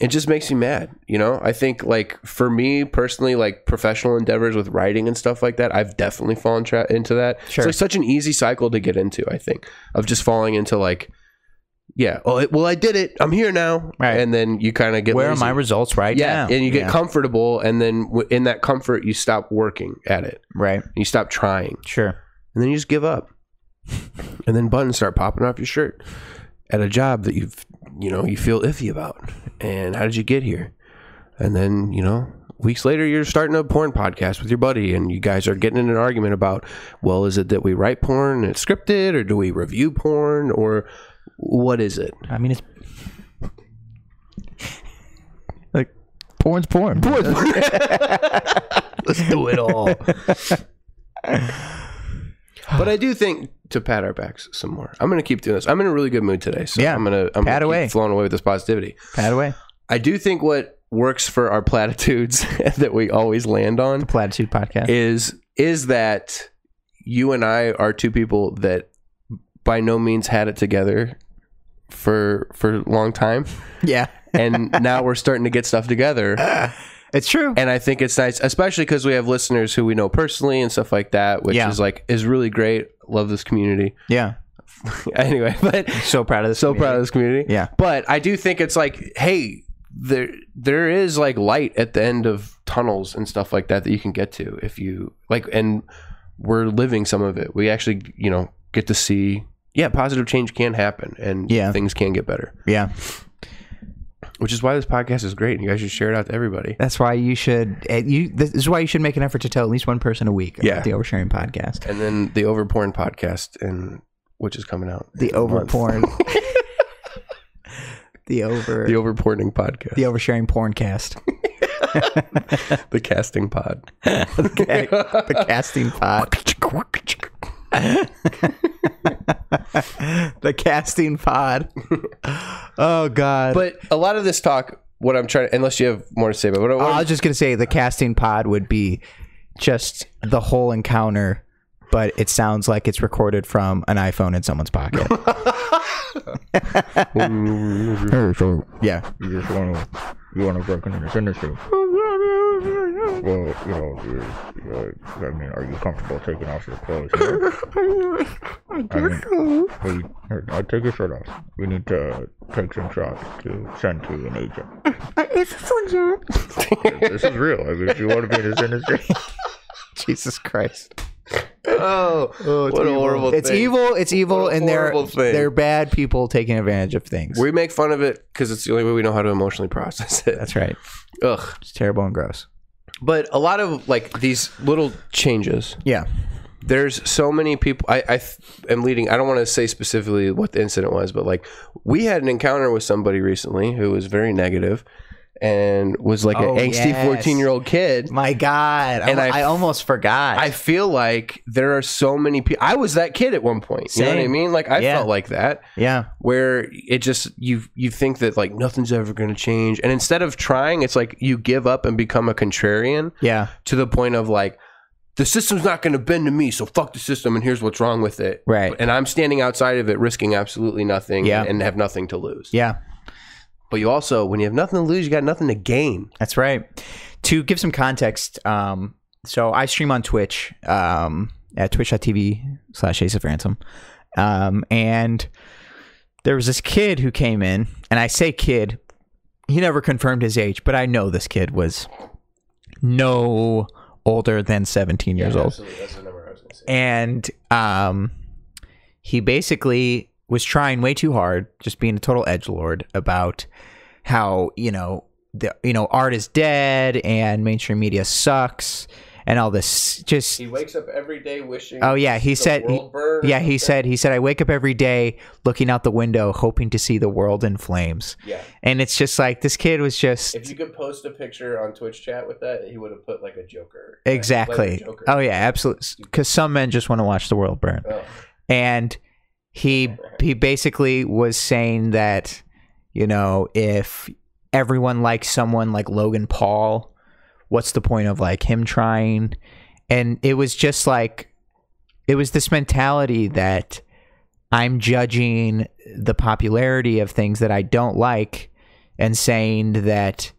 [SPEAKER 2] It just makes me mad. You know, I think like for me personally, like professional endeavors with writing and stuff like that, I've definitely fallen tra- into that.
[SPEAKER 1] Sure.
[SPEAKER 2] It's like such an easy cycle to get into. I think of just falling into like. Yeah. Oh, it, well, I did it. I'm here now.
[SPEAKER 1] Right.
[SPEAKER 2] And then you kind of get
[SPEAKER 1] Where are
[SPEAKER 2] lazy
[SPEAKER 1] my results right
[SPEAKER 2] yeah,
[SPEAKER 1] now?
[SPEAKER 2] and you get
[SPEAKER 1] Yeah.
[SPEAKER 2] comfortable, and then w- in that comfort, you stop working at it,
[SPEAKER 1] right.
[SPEAKER 2] and you stop trying,
[SPEAKER 1] Sure.
[SPEAKER 2] and then you just
[SPEAKER 1] <laughs>
[SPEAKER 2] give up, and then buttons start popping off your shirt at a job that you've you know you feel iffy about, and how did you get here? And then you know weeks later, you're starting a porn podcast with your buddy, and you guys are getting in an argument about, well, is it that we write porn and it's scripted, or do we review porn, or what is it?
[SPEAKER 1] I mean, it's
[SPEAKER 3] Like, porn's porn.
[SPEAKER 2] Let's do it all. but I do think to pat our backs some more. I'm going to keep doing this. I'm in a really good mood today, so
[SPEAKER 1] Yeah.
[SPEAKER 2] I'm going to I'm
[SPEAKER 1] Pat
[SPEAKER 2] gonna
[SPEAKER 1] away.
[SPEAKER 2] Keep flowing away with this positivity.
[SPEAKER 1] pat away.
[SPEAKER 2] I do think what works for our platitudes <laughs> that we always land on
[SPEAKER 1] Platitude podcast.
[SPEAKER 2] is is that you and I are two people that by no means had it together for for a long time
[SPEAKER 1] yeah. <laughs>
[SPEAKER 2] and now we're starting to get stuff together
[SPEAKER 1] It's true.
[SPEAKER 2] and I think it's nice, especially because we have listeners who we know personally and stuff like that, which
[SPEAKER 1] Yeah.
[SPEAKER 2] is like is really great. Love this community. <laughs>
[SPEAKER 1] yeah.
[SPEAKER 2] anyway, but
[SPEAKER 1] So proud of this.
[SPEAKER 2] so proud of this community.
[SPEAKER 1] Yeah.
[SPEAKER 2] but I do think it's like, hey, there there is like light at the end of tunnels and stuff like that that you can get to if you like, and we're living some of it. We actually, you know, get to see. Yeah, positive change can happen, and
[SPEAKER 1] Yeah.
[SPEAKER 2] things can get better,
[SPEAKER 1] Yeah.
[SPEAKER 2] which is why this podcast is great. And you guys should share it out to everybody.
[SPEAKER 1] That's why you should. eh, You. This is why you should make an effort to tell at least one person a week about
[SPEAKER 2] Yeah.
[SPEAKER 1] the oversharing podcast.
[SPEAKER 2] and then the over porn podcast and which is coming out
[SPEAKER 1] The
[SPEAKER 2] in a
[SPEAKER 1] over
[SPEAKER 2] month.
[SPEAKER 1] porn. <laughs> the over.
[SPEAKER 2] the over porning podcast
[SPEAKER 1] the oversharing porncast.
[SPEAKER 2] the casting pod
[SPEAKER 1] <laughs> Okay. the casting <laughs> pod. the casting pod. Oh God.
[SPEAKER 2] but a lot of this talk what i'm trying unless you have more to say but what, I- what
[SPEAKER 1] I
[SPEAKER 2] I'm-
[SPEAKER 1] was just gonna say the casting pod would be just the whole encounter, but it sounds like it's recorded from an iPhone in someone's <laughs> pocket.
[SPEAKER 3] Hey, so
[SPEAKER 1] yeah.
[SPEAKER 3] you just want to you want to break into this industry? Well, you know, you, you, I mean, are you comfortable taking off your clothes? I mean, we, here, I'll take your shirt off. We need to take some shots to send to an agent. This is real. I mean, if you want to be in this industry,
[SPEAKER 1] Jesus Christ.
[SPEAKER 2] oh, what a horrible
[SPEAKER 1] It's
[SPEAKER 2] thing.
[SPEAKER 1] evil, it's evil,
[SPEAKER 2] What a
[SPEAKER 1] and they're
[SPEAKER 2] horrible thing.
[SPEAKER 1] they're bad people taking advantage of things.
[SPEAKER 2] we make fun of it because it's the only way we know how to emotionally process it
[SPEAKER 1] That's right.
[SPEAKER 2] ugh
[SPEAKER 1] It's terrible and gross.
[SPEAKER 2] but a lot of like these little changes
[SPEAKER 1] Yeah.
[SPEAKER 2] there's so many people i, I th- am leading i don't want to say specifically what the incident was but like we had an encounter with somebody recently who was very negative and was like
[SPEAKER 1] Oh,
[SPEAKER 2] an angsty
[SPEAKER 1] yes.
[SPEAKER 2] 14 year old kid.
[SPEAKER 1] My God,
[SPEAKER 2] And
[SPEAKER 1] I,
[SPEAKER 2] I-
[SPEAKER 1] I almost forgot.
[SPEAKER 2] I feel like there are so many people. I was that kid at one point. You know what I
[SPEAKER 1] Same.
[SPEAKER 2] mean? Like I
[SPEAKER 1] Yeah.
[SPEAKER 2] felt like that,
[SPEAKER 1] yeah,
[SPEAKER 2] where it just you you think that like nothing's ever going to change, and instead of trying, it's like you give up and become a contrarian
[SPEAKER 1] yeah,
[SPEAKER 2] to the point of like the system's not going to bend to me, so fuck the system, and here's what's wrong with it.
[SPEAKER 1] Right.
[SPEAKER 2] And I'm standing outside of it, risking absolutely nothing,
[SPEAKER 1] Yeah.
[SPEAKER 2] and have nothing to lose.
[SPEAKER 1] yeah.
[SPEAKER 2] But you also, when you have nothing to lose, you got nothing to gain.
[SPEAKER 1] That's right. To give some context, um, so I stream on Twitch um, at twitch.tv slash Ace of Ransom. Um, and there was this kid who came in, and I say kid, he never confirmed his age, but I know this kid was no older than 17 years old and um, he basically was trying way too hard, just being a total edge lord about how you know the you know art is dead and mainstream media sucks and all this just
[SPEAKER 2] wakes up every day wishing.
[SPEAKER 1] Oh yeah, he said. he-
[SPEAKER 2] world burn or
[SPEAKER 1] yeah, he said.
[SPEAKER 2] something?
[SPEAKER 1] He said, "I wake up every day looking out the window, hoping to see the world in flames."
[SPEAKER 2] Yeah.
[SPEAKER 1] and it's just like this kid was just
[SPEAKER 2] If you could post a picture on Twitch chat with that, he would have put like a Joker. Like
[SPEAKER 1] exactly.
[SPEAKER 2] a Joker.
[SPEAKER 1] Oh yeah, absolutely. Because some men just want to watch the world burn.
[SPEAKER 2] Oh.
[SPEAKER 1] and he he basically was saying that you know if everyone likes someone like Logan Paul what's the point of like him trying and it was just like it was this mentality that I'm judging the popularity of things that I don't like and saying that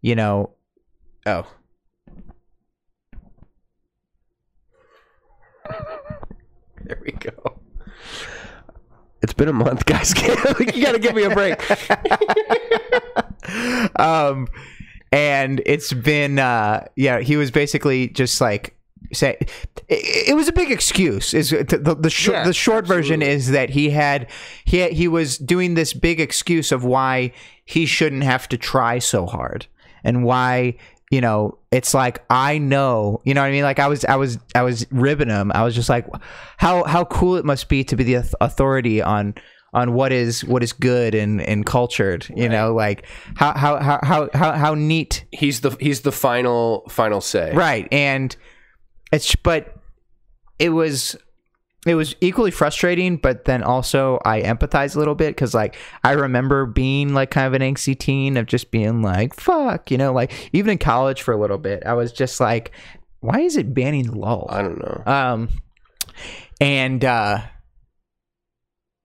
[SPEAKER 1] you know oh
[SPEAKER 2] <laughs> There we go. It's been a
[SPEAKER 1] <laughs>
[SPEAKER 2] month, guys. you gotta give me a break.
[SPEAKER 1] um, and it's been uh, yeah. He was basically just like say it, it was a big excuse. Is the the, the, shor-
[SPEAKER 2] Yeah,
[SPEAKER 1] the short version
[SPEAKER 2] absolutely.
[SPEAKER 1] is that he had he had- he was doing this big excuse of why he shouldn't have to try so hard and why you know it's like i know you know what i mean like i was i was i was ribbing him i was just like how how cool it must be to be the auth- authority on on what is what is good and and cultured you know like how how how how how, how neat
[SPEAKER 2] He's the he's the final final say.
[SPEAKER 1] right and it's but it was it was equally frustrating but then also i empathize a little bit because like i remember being like kind of an angsty teen of just being like fuck you know like even in college for a little bit i was just like why is it banning lol
[SPEAKER 2] I don't know.
[SPEAKER 1] um, and uh,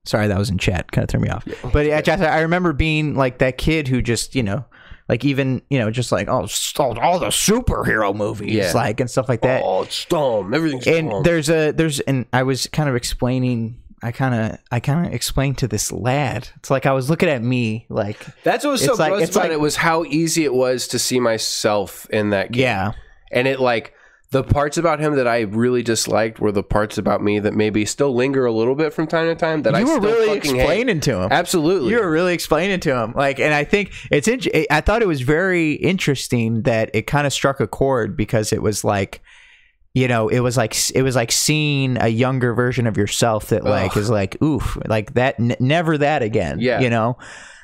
[SPEAKER 1] sorry, that was in chat. Kind of threw me off. but yeah, just, I remember being like that kid who just you know, like even you know, just like oh, s- all, all the superhero movies,
[SPEAKER 2] Yeah.
[SPEAKER 1] like and stuff like that.
[SPEAKER 2] oh, it's storm. Everything's
[SPEAKER 1] and
[SPEAKER 2] dumb.
[SPEAKER 1] there's a there's and I was kind of explaining. I kind of I kind of explained to this lad. It's like I was looking at me like
[SPEAKER 2] That's what was so
[SPEAKER 1] it's like-
[SPEAKER 2] gross
[SPEAKER 1] it's
[SPEAKER 2] about
[SPEAKER 1] like-
[SPEAKER 2] it was how easy it was to see myself in that kid.
[SPEAKER 1] yeah
[SPEAKER 2] And it like the parts about him that I really disliked were the parts about me that maybe still linger a little bit from time to time that I
[SPEAKER 1] you were
[SPEAKER 2] still
[SPEAKER 1] really
[SPEAKER 2] fucking hate.
[SPEAKER 1] explaining to him.
[SPEAKER 2] Absolutely.
[SPEAKER 1] You were really explaining to him, like, and I think it's. In- I thought it was very interesting that it kind of struck a chord because it was like, you know, it was like it was like seeing a younger version of yourself that like
[SPEAKER 2] Ugh.
[SPEAKER 1] is like, oof, like that, n- never that again.
[SPEAKER 2] Yeah.
[SPEAKER 1] you know,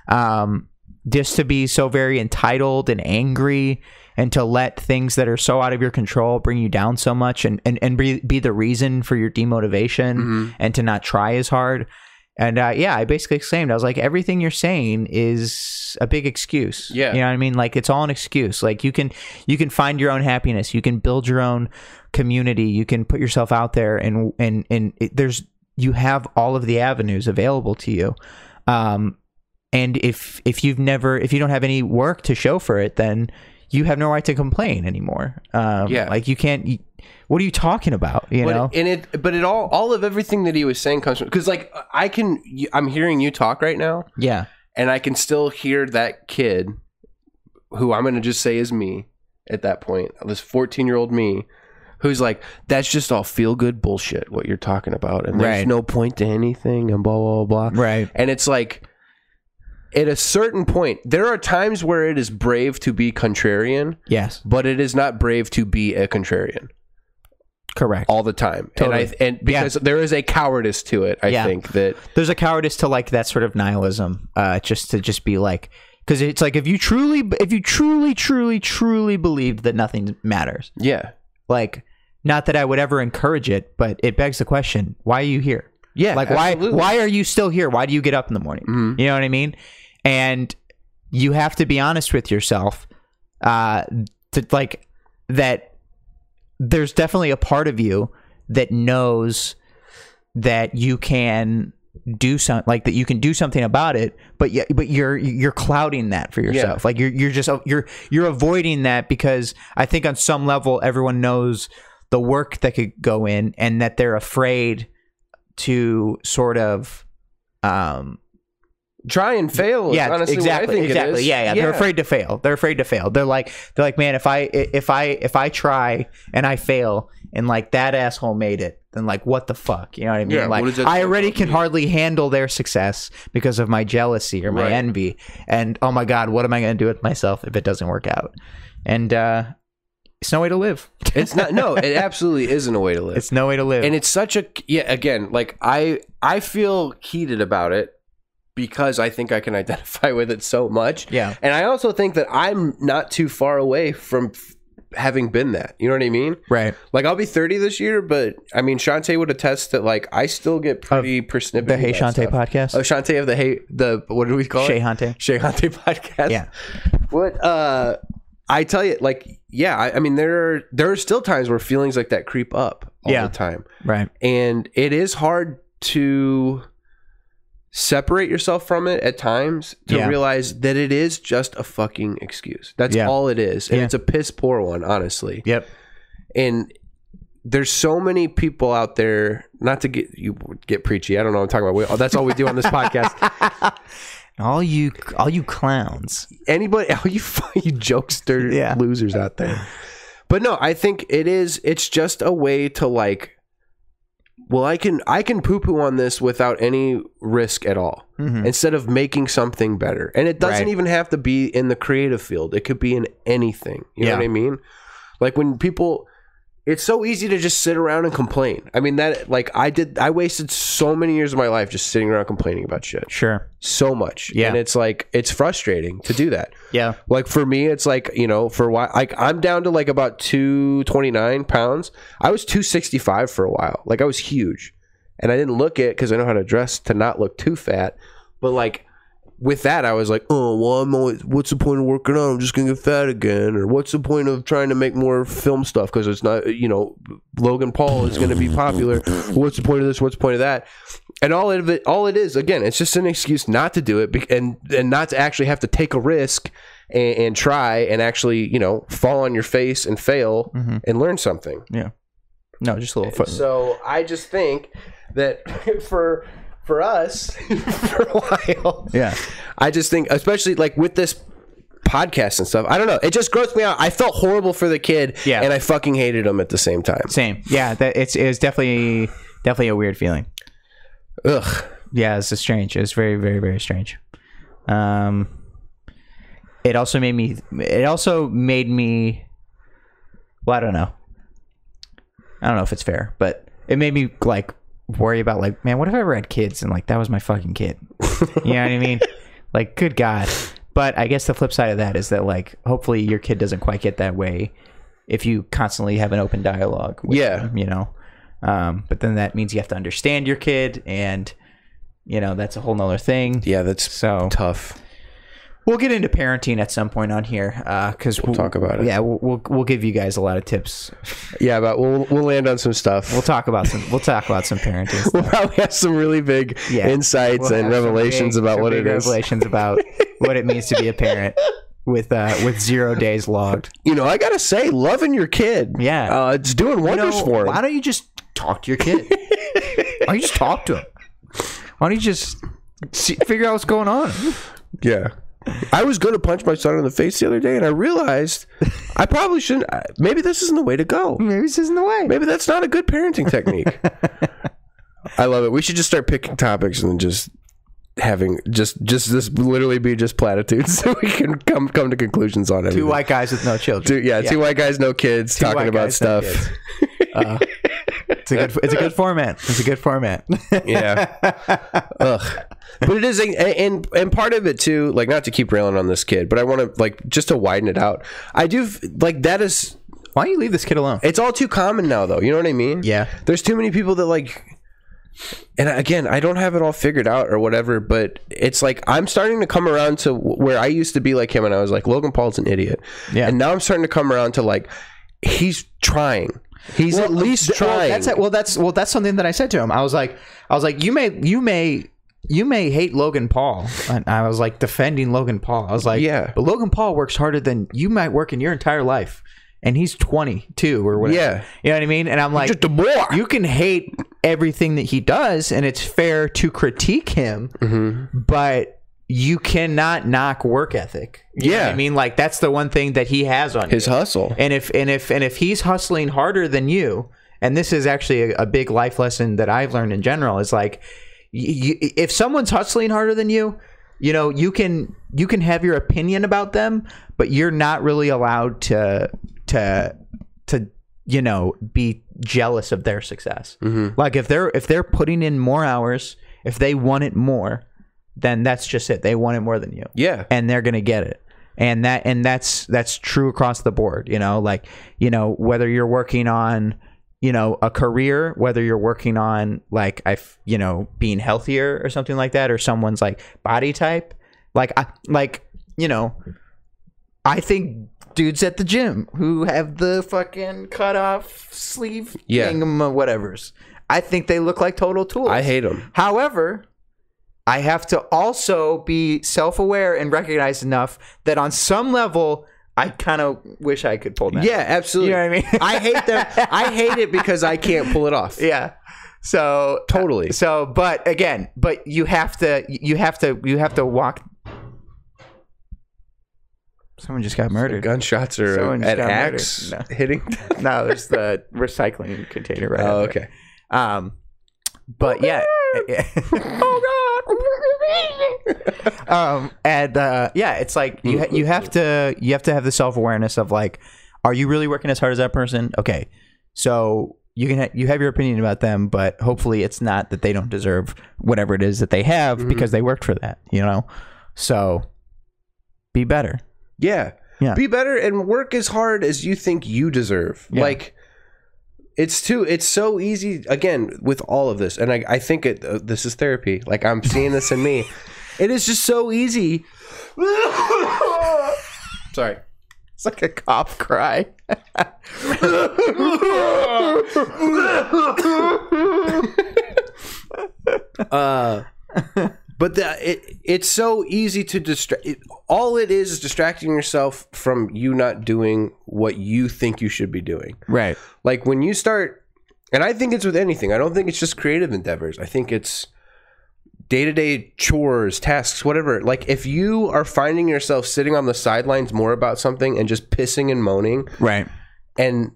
[SPEAKER 1] um, just to be so very entitled and angry. And to let things that are so out of your control bring you down so much and, and, and be, be the reason for your demotivation
[SPEAKER 2] Mm-hmm.
[SPEAKER 1] and to not try as hard. And uh, yeah, I basically exclaimed, I was like, everything you're saying is a big excuse.
[SPEAKER 2] Yeah.
[SPEAKER 1] You know what I mean? Like it's all an excuse. Like you can you can find your own happiness. You can build your own community. You can put yourself out there and and and it, there's you have all of the avenues available to you. Um and if if you've never if you don't have any work to show for it, then you have no right to complain anymore. Um,
[SPEAKER 2] Yeah.
[SPEAKER 1] Like you can't you, what are you talking about? You
[SPEAKER 2] but
[SPEAKER 1] know?
[SPEAKER 2] and it but it all all of everything that he was saying comes from because like I can you- I'm hearing you talk right now
[SPEAKER 1] yeah.
[SPEAKER 2] and I can still hear that kid who I'm gonna just say is me at that point this 14 year old me who's like that's just all feel good bullshit what you're talking about and there's
[SPEAKER 1] Right.
[SPEAKER 2] no point to anything and blah blah blah blah.
[SPEAKER 1] Right.
[SPEAKER 2] and it's like at a certain point there are times where it is brave to be contrarian
[SPEAKER 1] Yes.
[SPEAKER 2] but it is not brave to be a contrarian
[SPEAKER 1] Correct.
[SPEAKER 2] all the time. And
[SPEAKER 1] Totally.
[SPEAKER 2] I and because there is a cowardice to it, I
[SPEAKER 1] Yeah.
[SPEAKER 2] think that
[SPEAKER 1] There's a cowardice to like that sort of nihilism, uh, just to just be like, because it's like if you truly, if you truly, truly, truly believed that nothing matters,
[SPEAKER 2] Yeah.
[SPEAKER 1] like not that I would ever encourage it, but it begs the question: Why are you here?
[SPEAKER 2] Yeah,
[SPEAKER 1] like
[SPEAKER 2] absolutely.
[SPEAKER 1] why why are you still here? Why do you get up in the morning?
[SPEAKER 2] Mhm.
[SPEAKER 1] You know what I mean? And you have to be honest with yourself. Uh, to like that. There's definitely a part of you that knows that you can do some like that you can do something about it but yeah but you're you're clouding that for yourself like you're you're just you're you're avoiding that because i think on some level everyone knows the work that could go in and that they're afraid to sort of um
[SPEAKER 2] Try and fail. is
[SPEAKER 1] yeah
[SPEAKER 2] honestly what I
[SPEAKER 1] exactly
[SPEAKER 2] think it
[SPEAKER 1] exactly
[SPEAKER 2] is.
[SPEAKER 1] yeah, yeah they're afraid to fail they're afraid to fail they're like they're like man if i if i if i try and i fail and like that asshole made it then like what the fuck you know what i mean
[SPEAKER 3] Yeah,
[SPEAKER 1] like
[SPEAKER 3] what does that
[SPEAKER 1] i
[SPEAKER 3] say
[SPEAKER 1] already
[SPEAKER 3] about
[SPEAKER 1] can
[SPEAKER 3] you?
[SPEAKER 1] hardly handle their success because of my jealousy or my
[SPEAKER 2] Right.
[SPEAKER 1] envy and oh my god what am i going to do with myself if it doesn't work out and uh it's no way to live
[SPEAKER 2] It's not.
[SPEAKER 1] <laughs>
[SPEAKER 2] No, it absolutely isn't a way to live.
[SPEAKER 1] it's no way to live
[SPEAKER 2] and it's such a yeah again like i i feel heated about it because i think i can <laughs> identify with it so much
[SPEAKER 1] Yeah.
[SPEAKER 2] and i also think that i'm not too far away from f- having been that you know what i mean
[SPEAKER 1] right
[SPEAKER 2] like i'll be 30 this year but i mean shantae would attest that like i still get pretty persnippety
[SPEAKER 1] the hey
[SPEAKER 2] about
[SPEAKER 1] shantae
[SPEAKER 2] stuff.
[SPEAKER 1] podcast
[SPEAKER 2] oh shantae of the hey the what do we call
[SPEAKER 1] Shay
[SPEAKER 2] it
[SPEAKER 1] Hunting.
[SPEAKER 2] Shay Hunting <laughs> podcast.
[SPEAKER 1] Yeah.
[SPEAKER 2] What uh I tell you, like, yeah, I, I mean there are there are still times where feelings like that creep up all
[SPEAKER 1] Yeah.
[SPEAKER 2] the time.
[SPEAKER 1] Right.
[SPEAKER 2] And it is hard to separate yourself from it at times to
[SPEAKER 1] Yeah.
[SPEAKER 2] realize that it is just a fucking excuse. That's
[SPEAKER 1] Yeah.
[SPEAKER 2] all it is. And
[SPEAKER 1] Yeah.
[SPEAKER 2] it's a piss poor one, honestly
[SPEAKER 1] Yep.
[SPEAKER 2] and there's so many people out there not to get you get preachy i don't know what i'm talking about we, that's all we do
[SPEAKER 1] <laughs>
[SPEAKER 2] on this podcast
[SPEAKER 1] All you all you clowns.
[SPEAKER 2] anybody <laughs> all you fu- you jokester
[SPEAKER 1] Yeah.
[SPEAKER 2] losers out there but no i think it is it's just a way to like well i can i can poo poo on this without any risk at all instead of making something better and it doesn't
[SPEAKER 1] Mm-hmm. Right.
[SPEAKER 2] even have to be in the creative field it could be in anything you know
[SPEAKER 1] Yeah.
[SPEAKER 2] what i mean like when people it's so easy to just sit around and complain i mean that like i did i wasted so many years of my life just sitting around complaining about shit
[SPEAKER 1] Sure.
[SPEAKER 2] so much
[SPEAKER 1] Yeah.
[SPEAKER 2] and it's like it's frustrating to do that
[SPEAKER 1] Yeah.
[SPEAKER 2] like for me, it's like you know, for a while, like I'm down to like about two twenty nine pounds. I was two sixty five for a while. Like I was huge, and I didn't look it because I know how to dress to not look too fat. But like with that, I was like, oh well, I'm always, what's the point of working out? I'm just gonna get fat again, or what's the point of trying to make more film stuff because it's not you know Logan Paul is gonna be popular. What's the point of this? What's the point of that? And all of it, all it is, again, it's just an excuse not to do it, be- and and not to actually have to take a risk and, and try and actually, you know, fall on your face and fail
[SPEAKER 1] Mm-hmm.
[SPEAKER 2] and learn something.
[SPEAKER 1] No, just a little foot.
[SPEAKER 2] So I just think that <laughs> for for us <laughs> for a while,
[SPEAKER 1] Yeah.
[SPEAKER 2] I just think, especially like with this podcast and stuff, I don't know, it just grossed me out. I felt horrible for the kid,
[SPEAKER 1] Yeah.
[SPEAKER 2] and I fucking hated him at the same time.
[SPEAKER 1] Same. Yeah. That it's it's definitely definitely a weird feeling.
[SPEAKER 2] Ugh.
[SPEAKER 1] Yeah. It's a strange. It's very very very strange. Um. It also made me. It also made me. Well, I don't know. I don't know if it's fair, but it made me like worry about like, man, what if I ever had kids and like that was my fucking kid? You know what I mean? Like, good God. But I guess the flip side of that is that like hopefully your kid doesn't quite get that way if you constantly have an open dialogue. With
[SPEAKER 2] Yeah.
[SPEAKER 1] them, you know. Um, but then that means you have to understand your kid and you know, that's a whole nother thing.
[SPEAKER 2] Yeah, that's
[SPEAKER 1] So
[SPEAKER 2] tough.
[SPEAKER 1] we'll get into parenting at some point on here because we'll,
[SPEAKER 2] talk about it.
[SPEAKER 1] Yeah, we'll, we'll we'll give you guys a lot of tips.
[SPEAKER 2] Yeah, but we'll we'll land on some stuff.
[SPEAKER 1] We'll talk about some. We'll talk about some parenting. stuff.
[SPEAKER 2] <laughs> We'll probably have some really big
[SPEAKER 1] Yeah.
[SPEAKER 2] insights
[SPEAKER 1] We'll
[SPEAKER 2] and
[SPEAKER 1] have some
[SPEAKER 2] revelations
[SPEAKER 1] big-
[SPEAKER 2] about
[SPEAKER 1] some
[SPEAKER 2] what
[SPEAKER 1] big
[SPEAKER 2] it is.
[SPEAKER 1] Revelations about what it means to be a parent with uh, with zero days logged.
[SPEAKER 2] <laughs> you know, I gotta say, loving your kid.
[SPEAKER 1] Yeah.
[SPEAKER 2] uh, it's doing wonders
[SPEAKER 1] No,
[SPEAKER 2] for
[SPEAKER 1] why
[SPEAKER 2] him.
[SPEAKER 1] don't you just talk to your
[SPEAKER 2] <laughs>
[SPEAKER 1] kid? why don't you just talk to him? Why don't you just see, figure out what's going on?
[SPEAKER 2] Yeah, I was gonna punch my son in the face the other day, and I realized I probably shouldn't. I- Maybe this isn't the way to go.
[SPEAKER 1] Maybe this isn't the way.
[SPEAKER 2] Maybe that's not a good
[SPEAKER 1] <laughs>
[SPEAKER 2] parenting technique. I love it. We should just start picking topics and then just having just just this literally be just platitudes <laughs> so we can come come to conclusions on everything.
[SPEAKER 1] Two white guys with no children.
[SPEAKER 2] Two- yeah, two white guys, no kids, talking
[SPEAKER 1] white
[SPEAKER 2] about
[SPEAKER 1] guys, no
[SPEAKER 2] stuff.
[SPEAKER 1] kids. It's a good. It's a good format. It's a good format.
[SPEAKER 2] Yeah. <laughs> Ugh. but it is a- and and part of it too like not to keep railing on this kid but i want to like just to widen it out i do f- like that is
[SPEAKER 1] Why don't you leave this kid alone?
[SPEAKER 2] it's all too common now though you know what i mean
[SPEAKER 1] Yeah.
[SPEAKER 2] there's too many people that like and again i don't have it all figured out or whatever but it's like i'm starting to come around to where i used to be like him and i was like logan paul's an idiot
[SPEAKER 1] Yeah.
[SPEAKER 2] and now i'm starting to come around to like he's trying he's at least
[SPEAKER 1] th-
[SPEAKER 2] trying
[SPEAKER 1] Well, that's it. well, that's well, that's something that I said to him. I was like, I was like, you may, you may, you may hate Logan Paul, and I was like defending Logan Paul. I was like,
[SPEAKER 2] Yeah.
[SPEAKER 1] but Logan Paul works harder than you might work in your entire life, and he's twenty two or whatever.
[SPEAKER 2] Yeah.
[SPEAKER 1] you know what I mean. And I'm like,
[SPEAKER 2] just a boy.
[SPEAKER 1] you can hate everything that he does, and it's fair to critique him,
[SPEAKER 2] Mm-hmm.
[SPEAKER 1] but you cannot knock work ethic. You know what
[SPEAKER 2] Yeah.
[SPEAKER 1] I mean, like that's the one thing that he has on
[SPEAKER 2] his
[SPEAKER 1] you.
[SPEAKER 2] hustle
[SPEAKER 1] And if and if and if he's hustling harder than you, and this is actually a, a big life lesson that I've learned in general is like, y y if someone's hustling harder than you, you know you can you can have your opinion about them, but you're not really allowed to to to you know be jealous of their success. Like if they're if they're putting in more hours, if they want it more, then that's just it. They want it more than you
[SPEAKER 2] yeah
[SPEAKER 1] and they're gonna get it and that and that's that's true across the board you know like you know whether you're working on you know a career whether you're working on like i f- you know being healthier or something like that or someone's like body type like i like you know i think dudes at the gym who have the fucking cut off sleeve
[SPEAKER 2] Yeah.
[SPEAKER 1] thing or whatever's i think they look like total tools
[SPEAKER 2] i hate him
[SPEAKER 1] However, I have to also be self aware and recognize enough that on some level, I kind of wish I could pull that.
[SPEAKER 2] Yeah, absolutely.
[SPEAKER 1] You know what I mean?
[SPEAKER 2] <laughs> I hate them. I hate it because I can't pull it <laughs>
[SPEAKER 1] <laughs>
[SPEAKER 2] off.
[SPEAKER 1] Yeah. So
[SPEAKER 2] Totally.
[SPEAKER 1] so but again, but you have to you have to you have to walk Someone just got
[SPEAKER 2] <laughs>
[SPEAKER 1] murdered.
[SPEAKER 2] Gunshots or
[SPEAKER 1] Someone just
[SPEAKER 2] an
[SPEAKER 1] got
[SPEAKER 2] <laughs> axe
[SPEAKER 1] murdered.
[SPEAKER 2] hitting.
[SPEAKER 1] No, there's the recycling container right
[SPEAKER 2] oh,
[SPEAKER 1] out there.
[SPEAKER 2] okay.
[SPEAKER 1] Um, but yeah. <laughs> oh god. um, and uh, yeah, it's like you ha- you have to you have to have the self awareness of like, are you really working as hard as that person? Okay, so you can ha- you have your opinion about them, but hopefully it's not that they don't deserve whatever it is that they have because they worked for that. You know, so be better.
[SPEAKER 2] Yeah.
[SPEAKER 1] Yeah.
[SPEAKER 2] Be better and work as hard as you think you deserve.
[SPEAKER 1] Yeah.
[SPEAKER 2] Like it's too it's so easy again with all of this and I I think it uh, this is therapy. Like I'm seeing this in me. It is just so easy. <laughs> Sorry.
[SPEAKER 1] It's like a cop cry.
[SPEAKER 2] Uh, but the, it it's so easy to distract. It, all it is is distracting yourself from you not doing what you think you should be doing.
[SPEAKER 1] Right.
[SPEAKER 2] Like when you start, and I think it's with anything. I don't think it's just creative endeavors. I think it's day to day chores, tasks, whatever. Like if you are finding yourself sitting on the sidelines more about something and just pissing and moaning,
[SPEAKER 1] Right.
[SPEAKER 2] and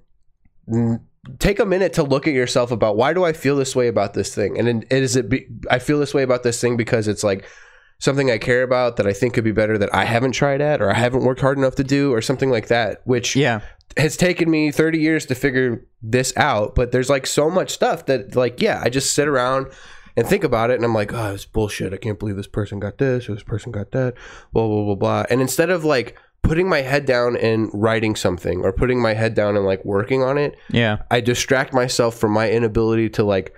[SPEAKER 2] n- take a minute to look at yourself about why do I feel this way about this thing? And then is it be, I feel this way about this thing because it's like something I care about that I think could be better that I haven't tried at or I haven't worked hard enough to do or something like that, which
[SPEAKER 1] Yeah.
[SPEAKER 2] has taken me 30 years to figure this out, but there's like so much stuff that like yeah, I just sit around and think about it and I'm like, "Oh, it's bullshit. I can't believe this person got this or this person got that." blah blah blah blah. And instead of like putting my head down and writing something or putting my head down and like working on it,
[SPEAKER 1] Yeah.
[SPEAKER 2] I distract myself from my inability to like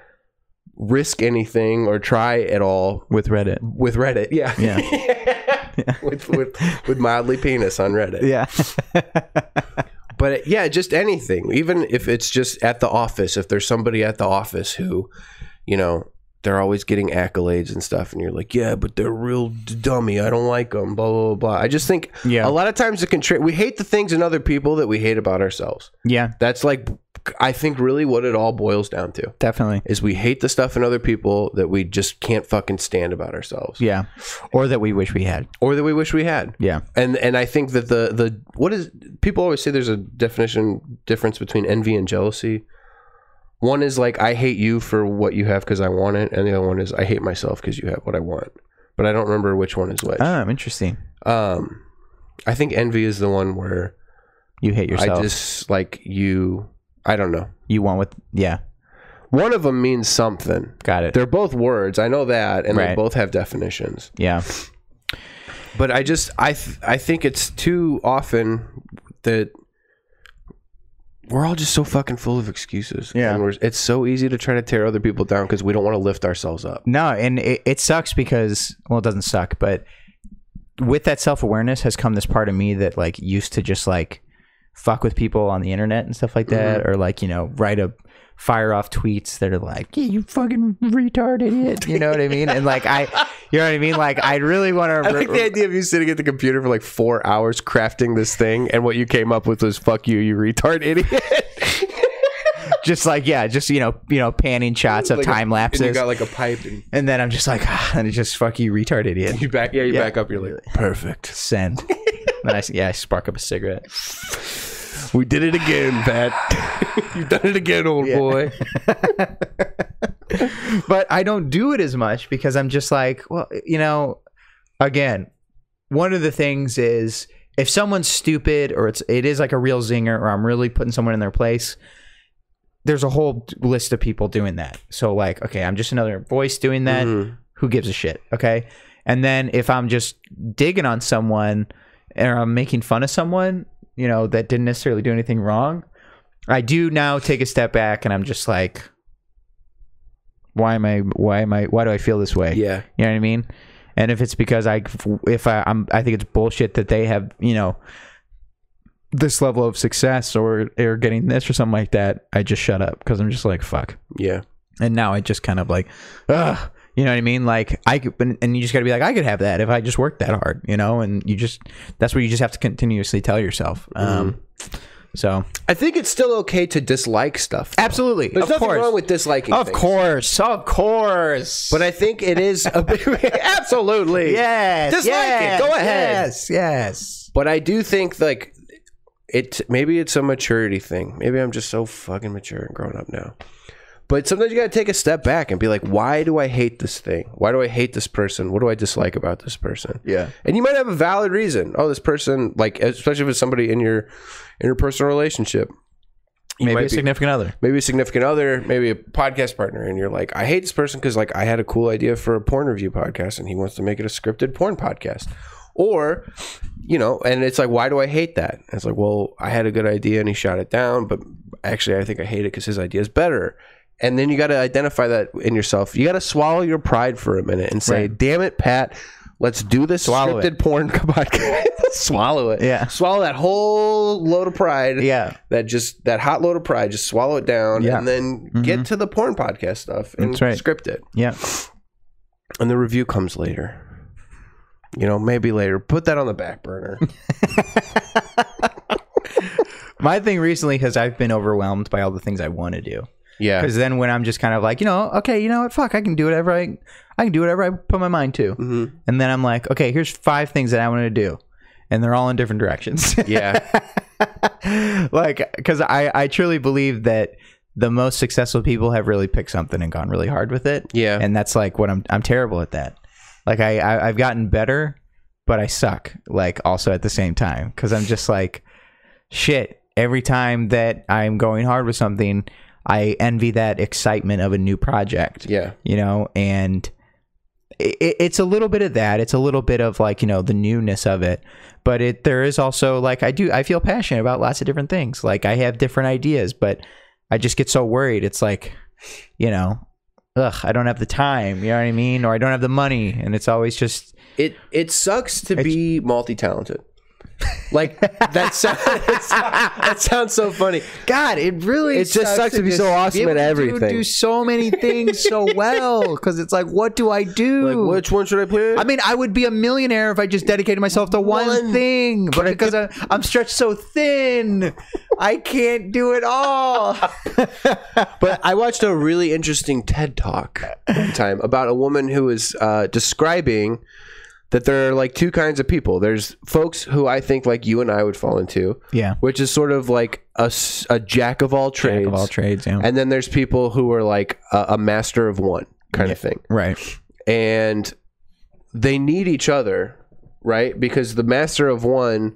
[SPEAKER 2] risk anything or try at all
[SPEAKER 1] With Reddit.
[SPEAKER 2] with Reddit. Yeah. <laughs> with, with with mildly penis on Reddit.
[SPEAKER 1] Yeah.
[SPEAKER 2] But yeah, just anything. Even if it's just at the office, if there's somebody at the office who, you know, they're always getting accolades and stuff, and you're like, yeah, but they're real d- dummy. I don't like them. Blah blah blah. I just think
[SPEAKER 1] Yeah. <laughs>
[SPEAKER 2] a lot of times it can. Tra- we hate the things in other people that we hate about ourselves.
[SPEAKER 1] yeah.
[SPEAKER 2] That's like, I think really what it all boils down to
[SPEAKER 1] Definitely.
[SPEAKER 2] is we hate the stuff in other people that we just can't fucking stand about ourselves
[SPEAKER 1] Yeah. Or that we wish we had.
[SPEAKER 2] or that we wish we had.
[SPEAKER 1] Yeah.
[SPEAKER 2] And and I think that the the what is people always say there's a definition difference between envy and jealousy. One is like I hate you for what you have because I want it, and the other one is I hate myself because you have what I want. But I don't remember which one is which.
[SPEAKER 1] Oh, interesting.
[SPEAKER 2] Um, I think envy is the one where
[SPEAKER 1] You hate yourself.
[SPEAKER 2] I just like you. I don't know.
[SPEAKER 1] you want with yeah.
[SPEAKER 2] One of them means something.
[SPEAKER 1] Got it.
[SPEAKER 2] They're both words. I know that, and they
[SPEAKER 1] Right.
[SPEAKER 2] both have definitions.
[SPEAKER 1] yeah.
[SPEAKER 2] But I just I th- I think it's too often that we're all just so fucking full of excuses.
[SPEAKER 1] Yeah.
[SPEAKER 2] and we're, it's so easy to try to tear other people down because we don't want to lift ourselves up.
[SPEAKER 1] No, and it, it sucks because well, it doesn't suck, but with that self awareness has come this part of me that like used to just like fuck with people on the internet and stuff like that, or like you know write a fire off tweets that are like yeah, you fucking retard idiot, you know what I mean? And like I, you know what I mean? Like <laughs> I really want
[SPEAKER 2] I
[SPEAKER 1] to.
[SPEAKER 2] like the idea of you sitting at the computer for like four hours crafting this thing, and what you came up with was "fuck you, you retard <laughs> idiot."
[SPEAKER 1] just like yeah, just you know, you know, panning shots of
[SPEAKER 2] Like a-
[SPEAKER 1] time
[SPEAKER 2] and you
[SPEAKER 1] lapses,
[SPEAKER 2] got like a pipe, and
[SPEAKER 1] and then I'm just like, ah, and it's just fuck you, retard idiot.
[SPEAKER 2] you back, yeah, you
[SPEAKER 1] Yeah.
[SPEAKER 2] back up. You're like, perfect.
[SPEAKER 1] Send. then I s- yeah, I spark up a cigarette.
[SPEAKER 2] We did it again, Pat. You've done it again, old boy.
[SPEAKER 1] <laughs> but I don't do it as much because I'm just like, well, you know, again, one of the things is if someone's stupid or it's it is like a real zinger or I'm really putting someone in their place, there's a whole list of people doing that. So like, okay, I'm just another voice doing that. Who gives a shit? Okay. And then if I'm just digging on someone or I'm making fun of someone, you know, that didn't necessarily do anything wrong, I do now take a step back and I'm just like, why am I, why am I, why do I feel this way?
[SPEAKER 2] Yeah.
[SPEAKER 1] You know what I mean? And if it's because I, if I, I'm, I think it's bullshit that they have, you know, this level of success or or getting this or something like that, I just shut up because I'm just like fuck.
[SPEAKER 2] Yeah.
[SPEAKER 1] And now I just kind of like, ugh, you know what I mean? Like I could, and and you just got to be like, I could have that if I just worked that hard, you know. And you just that's what you just have to continuously tell yourself. Um, so
[SPEAKER 2] I think it's still okay to dislike stuff. though.
[SPEAKER 1] absolutely,
[SPEAKER 2] There's
[SPEAKER 1] of
[SPEAKER 2] nothing
[SPEAKER 1] course,
[SPEAKER 2] wrong with disliking
[SPEAKER 1] of
[SPEAKER 2] things.
[SPEAKER 1] course, of course.
[SPEAKER 2] But I think it is a- <laughs> absolutely.
[SPEAKER 1] yes,
[SPEAKER 2] Dislike it.
[SPEAKER 1] yes,
[SPEAKER 2] Go ahead.
[SPEAKER 1] Yes, yes.
[SPEAKER 2] But I do think like it maybe it's a maturity thing. Maybe I'm just so fucking mature and grown up now. But sometimes you got to take a step back and be like, why do I hate this thing? Why do I hate this person? What do I dislike about this person?
[SPEAKER 1] Yeah.
[SPEAKER 2] And you might have a valid reason. Oh, this person like especially if it's somebody in your interpersonal relationship. You
[SPEAKER 1] Maybe
[SPEAKER 2] might
[SPEAKER 1] a
[SPEAKER 2] be-
[SPEAKER 1] significant other.
[SPEAKER 2] maybe a significant other, maybe a podcast partner, and you're like, I hate this person because like I had a cool idea for a porn review podcast, and he wants to make it a scripted porn podcast, or you know, and it's like, why do I hate that? And it's like, well, I had a good idea and he shot it down, but actually, I think I hate it because his idea is better. And then you got to identify that in yourself. You got to swallow your pride for a minute and say, damn it, Pat. Let's do this
[SPEAKER 1] Swallow
[SPEAKER 2] scripted porn <laughs> podcast. swallow it.
[SPEAKER 1] Yeah.
[SPEAKER 2] Swallow that whole load of pride
[SPEAKER 1] Yeah.
[SPEAKER 2] that just that hot load of pride just swallow it down
[SPEAKER 1] Yeah.
[SPEAKER 2] and then get to the porn podcast stuff and
[SPEAKER 1] That's right.
[SPEAKER 2] script it
[SPEAKER 1] Yeah.
[SPEAKER 2] and the review comes later you know maybe later put that on the back <laughs> burner
[SPEAKER 1] My thing recently has I've been overwhelmed by all the things I want to do.
[SPEAKER 2] yeah
[SPEAKER 1] Because then when I'm just kind of like, you know, okay, you know what, fuck, I can do whatever I, I can do whatever I put my mind to.
[SPEAKER 2] Mhm.
[SPEAKER 1] And then I'm like, okay, here's five things that I want to do, and they're all in different directions. <laughs>
[SPEAKER 2] yeah
[SPEAKER 1] like, because I I truly believe that the most successful people have really picked something and gone really hard with it.
[SPEAKER 2] Yeah.
[SPEAKER 1] And that's like what I'm I'm terrible at that. Like I, I I've gotten better, but I suck. Like also at the same time because I'm just like shit every time that i'm going hard with something i envy that excitement of a new project
[SPEAKER 2] yeah
[SPEAKER 1] you know and it, it's a little bit of that it's a little bit of like you know the newness of it but it there is also like i do i feel passionate about lots of different things like i have different ideas but i just get so worried it's like you know ugh i don't have the time you know what i mean or i don't have the money and it's always just
[SPEAKER 2] it it sucks to be multi-talented like <laughs> that sounds that sounds so funny
[SPEAKER 1] God, it really
[SPEAKER 2] It just sucks to be so awesome
[SPEAKER 1] able
[SPEAKER 2] at
[SPEAKER 1] to
[SPEAKER 2] everything.
[SPEAKER 1] Do so many things so well because it's like, what do I
[SPEAKER 2] like
[SPEAKER 1] do?
[SPEAKER 2] which one should i play
[SPEAKER 1] I mean, I would be a millionaire if I just dedicated myself to one,
[SPEAKER 2] One.
[SPEAKER 1] thing, but because I, I'm stretched so thin, I can't do it all.
[SPEAKER 2] But I watched a really interesting TED talk one time about a woman who was uh, describing that there are like two kinds of people. There's folks who I think like you and I would fall into,
[SPEAKER 1] Yeah,
[SPEAKER 2] which is sort of like a, s- a jack of all trades.
[SPEAKER 1] trades. Yeah,
[SPEAKER 2] and then there's people who are like a, a master of one kind of thing.
[SPEAKER 1] right.
[SPEAKER 2] And they need each other, right? Because the master of one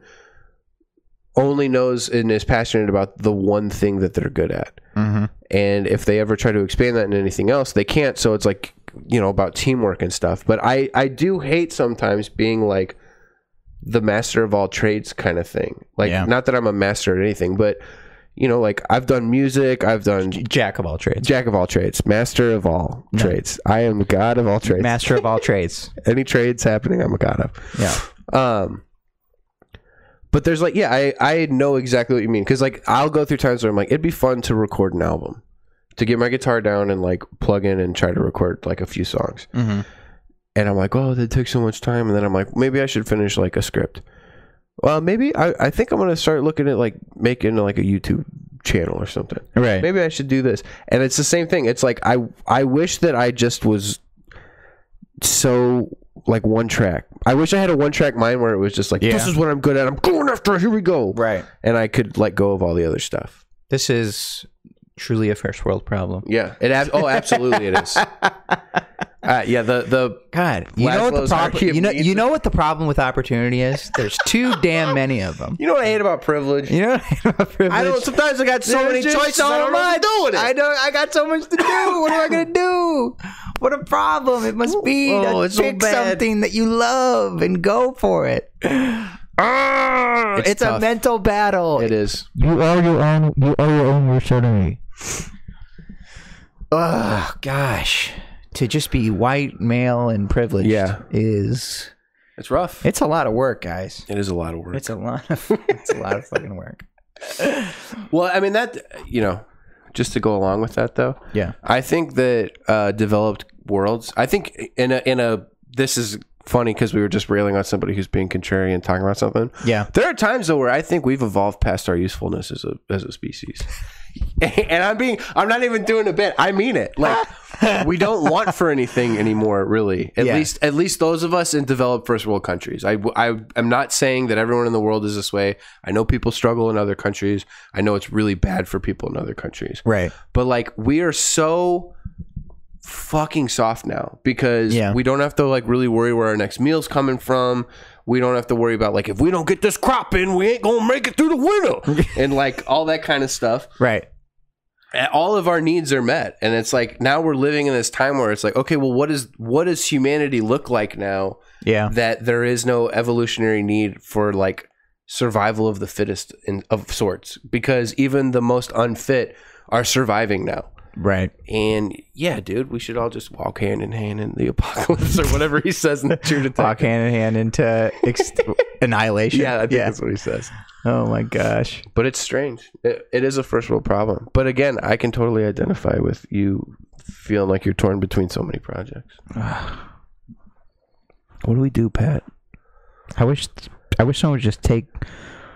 [SPEAKER 2] only knows and is passionate about the one thing that they're good at
[SPEAKER 1] Mm-hmm.
[SPEAKER 2] And if they ever try to expand that into anything else, they can't. So it's like, you know, about teamwork and stuff. But I, I do hate sometimes being like the master of all trades kind of thing. Like,
[SPEAKER 1] Yeah.
[SPEAKER 2] not that I'm a master at anything, but, you know, like I've done music, I've done
[SPEAKER 1] Jack of all
[SPEAKER 2] <laughs>
[SPEAKER 1] trades.
[SPEAKER 2] jack of all trades, master of all trades. I am god of all trades.
[SPEAKER 1] Master of all trades.
[SPEAKER 2] Any trades happening, I'm a god of.
[SPEAKER 1] Yeah.
[SPEAKER 2] Um, but there's like, yeah, I, I know exactly what you mean. Cause like, I'll go through times where I'm like, it'd be fun to record an album, to get my guitar down and like plug in and try to record like a few songs.
[SPEAKER 1] Mm-hmm.
[SPEAKER 2] And I'm like, oh, that takes so much time. And then I'm like, maybe I should finish like a script. Well, maybe I, I think I'm going to start looking at like making like a YouTube channel or something.
[SPEAKER 1] Right.
[SPEAKER 2] Maybe I should do this. And it's the same thing. It's like, I, I wish that I just was so like one track. I wish I had a one track mind where it was just like,
[SPEAKER 1] Yeah.
[SPEAKER 2] this is what I'm good at. I'm going after. it. Here we go.
[SPEAKER 1] Right.
[SPEAKER 2] And I could let go of all the other stuff.
[SPEAKER 1] This is truly a first world problem.
[SPEAKER 2] Yeah. It. Ab- oh, absolutely, it <laughs> is. Uh, yeah. The the
[SPEAKER 1] God, you know what the problem?
[SPEAKER 2] Laszlo's hierarchy
[SPEAKER 1] You
[SPEAKER 2] of
[SPEAKER 1] know,
[SPEAKER 2] needs
[SPEAKER 1] you know what the problem with opportunity is? There's too
[SPEAKER 2] <laughs>
[SPEAKER 1] damn many of them.
[SPEAKER 2] you know what I hate about privilege.
[SPEAKER 1] You know, what I mean? <laughs>
[SPEAKER 2] I don't. Sometimes I got so
[SPEAKER 1] There's
[SPEAKER 2] many
[SPEAKER 1] just
[SPEAKER 2] choices.
[SPEAKER 1] so
[SPEAKER 2] I don't know what to
[SPEAKER 1] much.
[SPEAKER 2] do with it.
[SPEAKER 1] I don't. I got so much to do. What am I gonna do? What a problem it must be to
[SPEAKER 2] Oh, it's so
[SPEAKER 1] pick
[SPEAKER 2] bad.
[SPEAKER 1] something that you love and go for
[SPEAKER 2] <sighs>
[SPEAKER 1] it. Ah, it's a
[SPEAKER 2] tough.
[SPEAKER 1] mental battle.
[SPEAKER 2] it is.
[SPEAKER 3] You are your own. You are your own worst enemy.
[SPEAKER 1] Oh gosh, to just be white, male, and privileged.
[SPEAKER 2] Yeah.
[SPEAKER 1] is
[SPEAKER 2] It's rough.
[SPEAKER 1] it's a lot of work, guys.
[SPEAKER 2] It is a lot of work.
[SPEAKER 1] It's a lot of <laughs> it's a lot of fucking
[SPEAKER 2] <laughs>
[SPEAKER 1] work.
[SPEAKER 2] Well, I mean that. You know, just to go along with that though.
[SPEAKER 1] Yeah.
[SPEAKER 2] I think that uh, developed worlds. I think in a in a this is funny because we were just railing on somebody who's being contrarian talking about something.
[SPEAKER 1] Yeah.
[SPEAKER 2] There are times though where I think we've evolved past our usefulness as a as a species. <laughs> and I'm being I'm not even doing a bit. I mean it.
[SPEAKER 1] <laughs>
[SPEAKER 2] Like we don't want for anything anymore, really. At
[SPEAKER 1] Yeah.
[SPEAKER 2] least at least those of us in developed first world countries. I I am not saying that everyone in the world is this way. I know people struggle in other countries. I know it's really bad for people in other countries
[SPEAKER 1] Right.
[SPEAKER 2] but like we are so fucking soft now because
[SPEAKER 1] Yeah.
[SPEAKER 2] we don't have to like really worry where our next meal's coming from we don't have to worry about like if we don't get this crop in we ain't gonna make it through the
[SPEAKER 1] <laughs>
[SPEAKER 2] winter and like all that kind of stuff
[SPEAKER 1] Right.
[SPEAKER 2] And all of our needs are met and it's like now we're living in this time where it's like okay well what is what does humanity look like now
[SPEAKER 1] Yeah.
[SPEAKER 2] that there is no evolutionary need for like survival of the fittest in, of sorts because even the most unfit are surviving now
[SPEAKER 1] Right.
[SPEAKER 2] and yeah, dude, we should all just walk hand in hand in the <laughs> apocalypse or whatever he says in the True
[SPEAKER 1] Walk
[SPEAKER 2] Detective.
[SPEAKER 1] hand in hand into
[SPEAKER 2] <laughs>
[SPEAKER 1] ex- annihilation.
[SPEAKER 2] Yeah, I think that's what he says.
[SPEAKER 1] Oh my gosh.
[SPEAKER 2] But it's strange. It, it is a first world problem. But again, I can totally identify with you feeling like you're torn between so many projects. what do we do, Pat?
[SPEAKER 1] I wish I wish someone would just take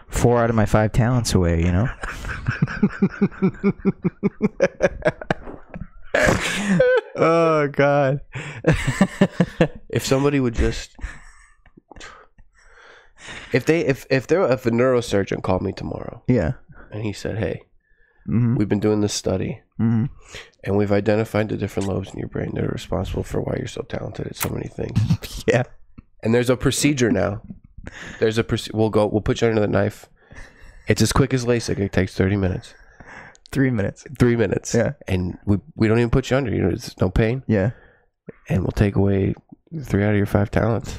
[SPEAKER 1] four out of my five talents away, you know?
[SPEAKER 2] <laughs>
[SPEAKER 1] oh god.
[SPEAKER 2] If somebody
[SPEAKER 1] <laughs>
[SPEAKER 2] would just, if they, if if there, if a neurosurgeon called me tomorrow
[SPEAKER 1] Yeah.
[SPEAKER 2] and he said, "Hey,
[SPEAKER 1] Mhm.
[SPEAKER 2] we've been doing this study."
[SPEAKER 1] Mhm.
[SPEAKER 2] and we've identified the different lobes in your brain that are responsible for why you're so talented at so many things.
[SPEAKER 1] Yeah.
[SPEAKER 2] And there's a procedure now. There's a proce- we'll go we'll put you under the knife. It's as quick as LASIK. It takes 30 minutes.
[SPEAKER 1] 3 minutes.
[SPEAKER 2] 3 minutes.
[SPEAKER 1] Yeah.
[SPEAKER 2] And we we don't even put you under. You know, it's no pain
[SPEAKER 1] Yeah.
[SPEAKER 2] and we'll take away 3 out of your
[SPEAKER 1] <laughs>
[SPEAKER 2] 5 talents.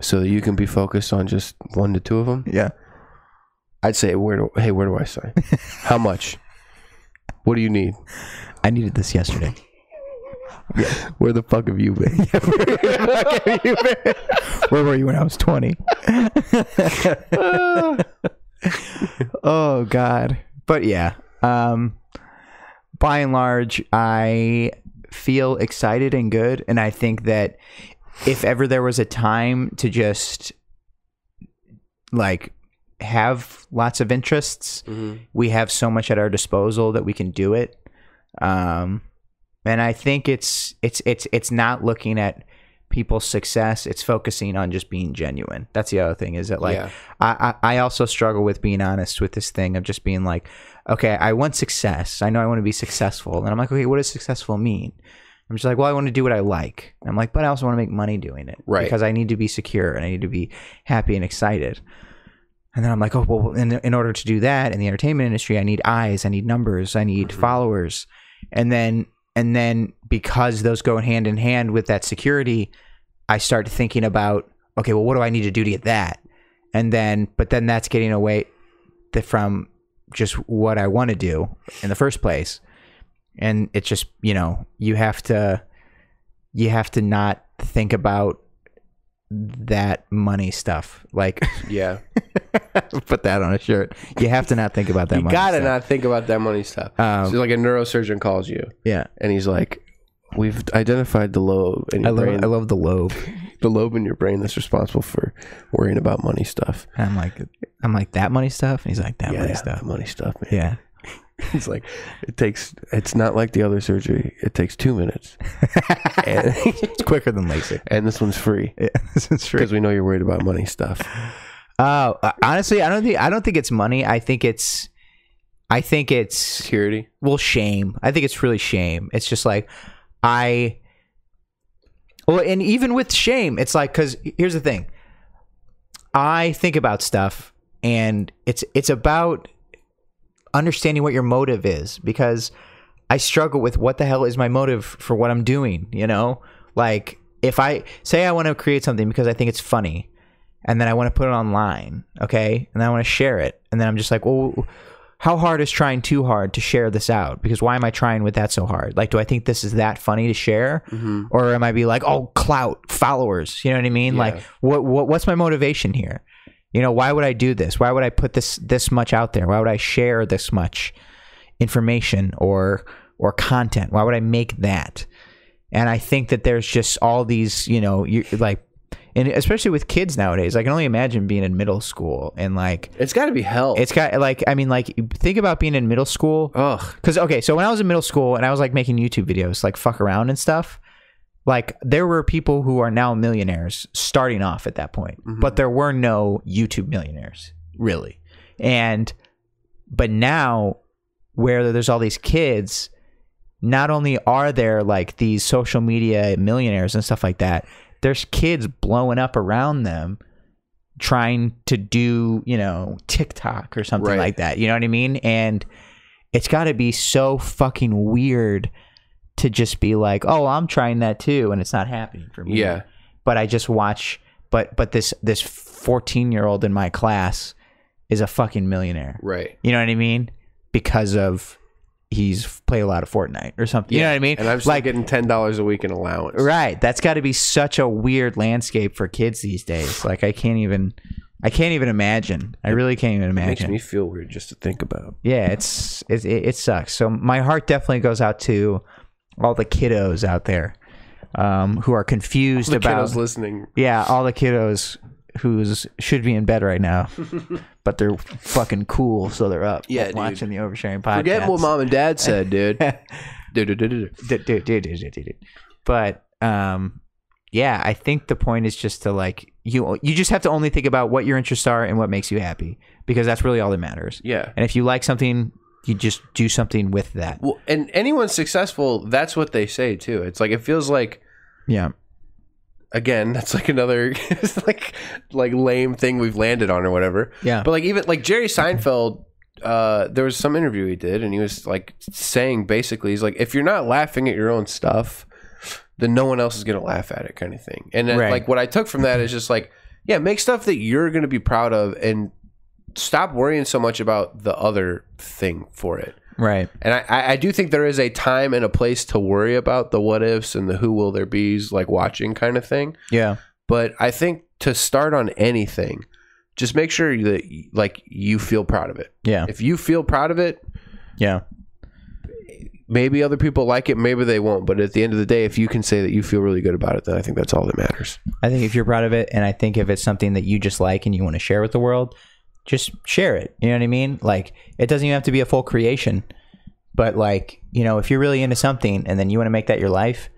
[SPEAKER 2] so that you can be focused on just one to two of them.
[SPEAKER 1] Yeah.
[SPEAKER 2] I'd say where do, hey, where do
[SPEAKER 1] <laughs>
[SPEAKER 2] I sign? How much? What do you need?
[SPEAKER 1] I needed this yesterday.
[SPEAKER 2] Where the fuck have you
[SPEAKER 1] <laughs>
[SPEAKER 2] been?
[SPEAKER 1] Where were you when I was 20? <laughs> oh god. But yeah. Um by and large, I feel excited and good and I think that if ever there was a time to just like have lots of interests,
[SPEAKER 2] Mm-hmm.
[SPEAKER 1] we have so much at our disposal that we can do it. Um and I think it's it's it's it's not looking at people's success. It's focusing on just being genuine. That's the other thing is that like
[SPEAKER 2] Yeah.
[SPEAKER 1] I, I I also struggle with being honest with this thing of just being like, okay, I want success. I know I want to be successful, and I'm like, okay, what does successful mean? I'm just like, well, I want to do what I like. And I'm like, but I also want to make money doing it,
[SPEAKER 2] Right.
[SPEAKER 1] Because I need to be secure and I need to be happy and excited. And then I'm like, oh, well, in, in order to do that in the entertainment industry, I need eyes, I need numbers, I need followers. And then, and then because those go hand in hand with that security, I start thinking about, okay, well, what do I need to do to get that? And then, but then that's getting away the, from just what I want to do in the first place. And it's just, you know, you have to, you have to not think about that money stuff. Like,
[SPEAKER 2] Yeah.
[SPEAKER 1] put that on a shirt. You have to not think about that
[SPEAKER 2] You
[SPEAKER 1] money
[SPEAKER 2] gotta
[SPEAKER 1] stuff.
[SPEAKER 2] not think about that money stuff.
[SPEAKER 1] Um,
[SPEAKER 2] so like a neurosurgeon calls you
[SPEAKER 1] Yeah.
[SPEAKER 2] and he's like, "We've identified the lobe in
[SPEAKER 1] I
[SPEAKER 2] your
[SPEAKER 1] love,
[SPEAKER 2] brain,
[SPEAKER 1] I love the lobe.
[SPEAKER 2] the lobe in your brain that's responsible for worrying about money stuff."
[SPEAKER 1] And I'm like, I'm like that money stuff, and he's like that money
[SPEAKER 2] yeah,
[SPEAKER 1] stuff.
[SPEAKER 2] money stuff. Man.
[SPEAKER 1] Yeah,
[SPEAKER 2] <laughs> It's like it takes. It's not like the other surgery. It takes two minutes, and,
[SPEAKER 1] it's quicker than LASIK.
[SPEAKER 2] and this one's free
[SPEAKER 1] Yeah, <laughs> this is true.
[SPEAKER 2] because we know you're worried about money stuff.
[SPEAKER 1] Oh, uh, honestly, I don't think I don't think it's money. I think it's, I think it's
[SPEAKER 2] Security.
[SPEAKER 1] well shame i think it's really shame it's just like i well and even with shame it's like because here's the thing i think about stuff and it's it's about understanding what your motive is because i struggle with what the hell is my motive for what i'm doing you know like if i say i want to create something because i think it's funny and then i want to put it online okay and then i want to share it and then i'm just like well how hard is trying too hard to share this out? Because why am I trying with that so hard? Like, do I think this is that funny to share, or am I be like, oh, clout, followers? You know what I mean? Like, what, what what's my motivation here? You know, why would I do this? Why would I put this this much out there? Why would I share this much information or or content? Why would I make that? And I think that there's just all these, you know, you like, and especially with kids nowadays, I can only imagine being in middle school and like
[SPEAKER 2] It's got to be hell.
[SPEAKER 1] it's got like I mean like think about being in middle school.
[SPEAKER 2] ugh.
[SPEAKER 1] Cause okay, so when I was in middle school and I was like making YouTube videos, like fuck around and stuff, like there were people who are now millionaires starting off at that point, but there were no YouTube millionaires really, and but now where there's all these kids, not only are there like these social media millionaires and stuff like that, there's kids blowing up around them trying to do, you know, TikTok or something
[SPEAKER 2] Right.
[SPEAKER 1] like that. You know what I mean? And it's got to be so fucking weird to just be like, "Oh, I'm trying that too," and it's not happening for me.
[SPEAKER 2] Yeah.
[SPEAKER 1] But I just watch but but this this 14-year-old in my class is a fucking millionaire.
[SPEAKER 2] Right.
[SPEAKER 1] You know what I mean? Because of he's played a lot of Fortnite or something. You know what I mean?
[SPEAKER 2] And I'm still
[SPEAKER 1] like
[SPEAKER 2] getting ten dollars a week in allowance.
[SPEAKER 1] right. That's got to be such a weird landscape for kids these days. Like I can't even, I can't even imagine. I really can't even
[SPEAKER 2] Makes
[SPEAKER 1] imagine.
[SPEAKER 2] me feel weird just to think about.
[SPEAKER 1] yeah, it's it, it it sucks. So my heart definitely goes out to all the kiddos out there um, who are confused
[SPEAKER 2] The
[SPEAKER 1] about
[SPEAKER 2] kiddos listening.
[SPEAKER 1] yeah, all the kiddos who's should be in bed right
[SPEAKER 2] <laughs>
[SPEAKER 1] now, but they're fucking cool, so they're up.
[SPEAKER 2] Yeah, dude.
[SPEAKER 1] watching the oversharing podcast.
[SPEAKER 2] Forget what mom and dad
[SPEAKER 1] <laughs>
[SPEAKER 2] said, dude. dude, dude, dude, dude.
[SPEAKER 1] dude, dude, dude, dude, dude, dude. But um, yeah, I think the point is just to like you you just have to only think about what your interests are and what makes you happy because that's really all that matters.
[SPEAKER 2] Yeah.
[SPEAKER 1] And if you like something, you just do something with that.
[SPEAKER 2] Well, and anyone successful, that's what they say too. It's like it feels like
[SPEAKER 1] Yeah.
[SPEAKER 2] again, <laughs> that's like another it's like like lame thing we've landed on or whatever.
[SPEAKER 1] Yeah.
[SPEAKER 2] But like even like Jerry Seinfeld, uh, there was some interview he did, and he was like saying basically, he's like, if you're not laughing at your own stuff, then no one else is gonna laugh at it, kind of thing. And then,
[SPEAKER 1] Right.
[SPEAKER 2] like what I took from that is just like, yeah, make stuff that you're gonna be proud of, and stop worrying so much about the other thing for it.
[SPEAKER 1] Right.
[SPEAKER 2] And I- I, I do think there is a time and a place to worry about the what ifs and the who will there be's like watching kind of thing
[SPEAKER 1] Yeah.
[SPEAKER 2] but I think to start on anything, just make sure that like you feel proud of it.
[SPEAKER 1] Yeah.
[SPEAKER 2] If you feel proud of it,
[SPEAKER 1] Yeah.
[SPEAKER 2] maybe other people like it, maybe they won't. But at the end of the day, if you can say that you feel really good about it, then I think that's all that matters.
[SPEAKER 1] I think if you're proud of it, and I think if it's something that you just like and you want to share with the world, just share it. You know what I mean? Like, it doesn't even have to be a full creation, but like, you know, if you're really into something and then you want to make that your life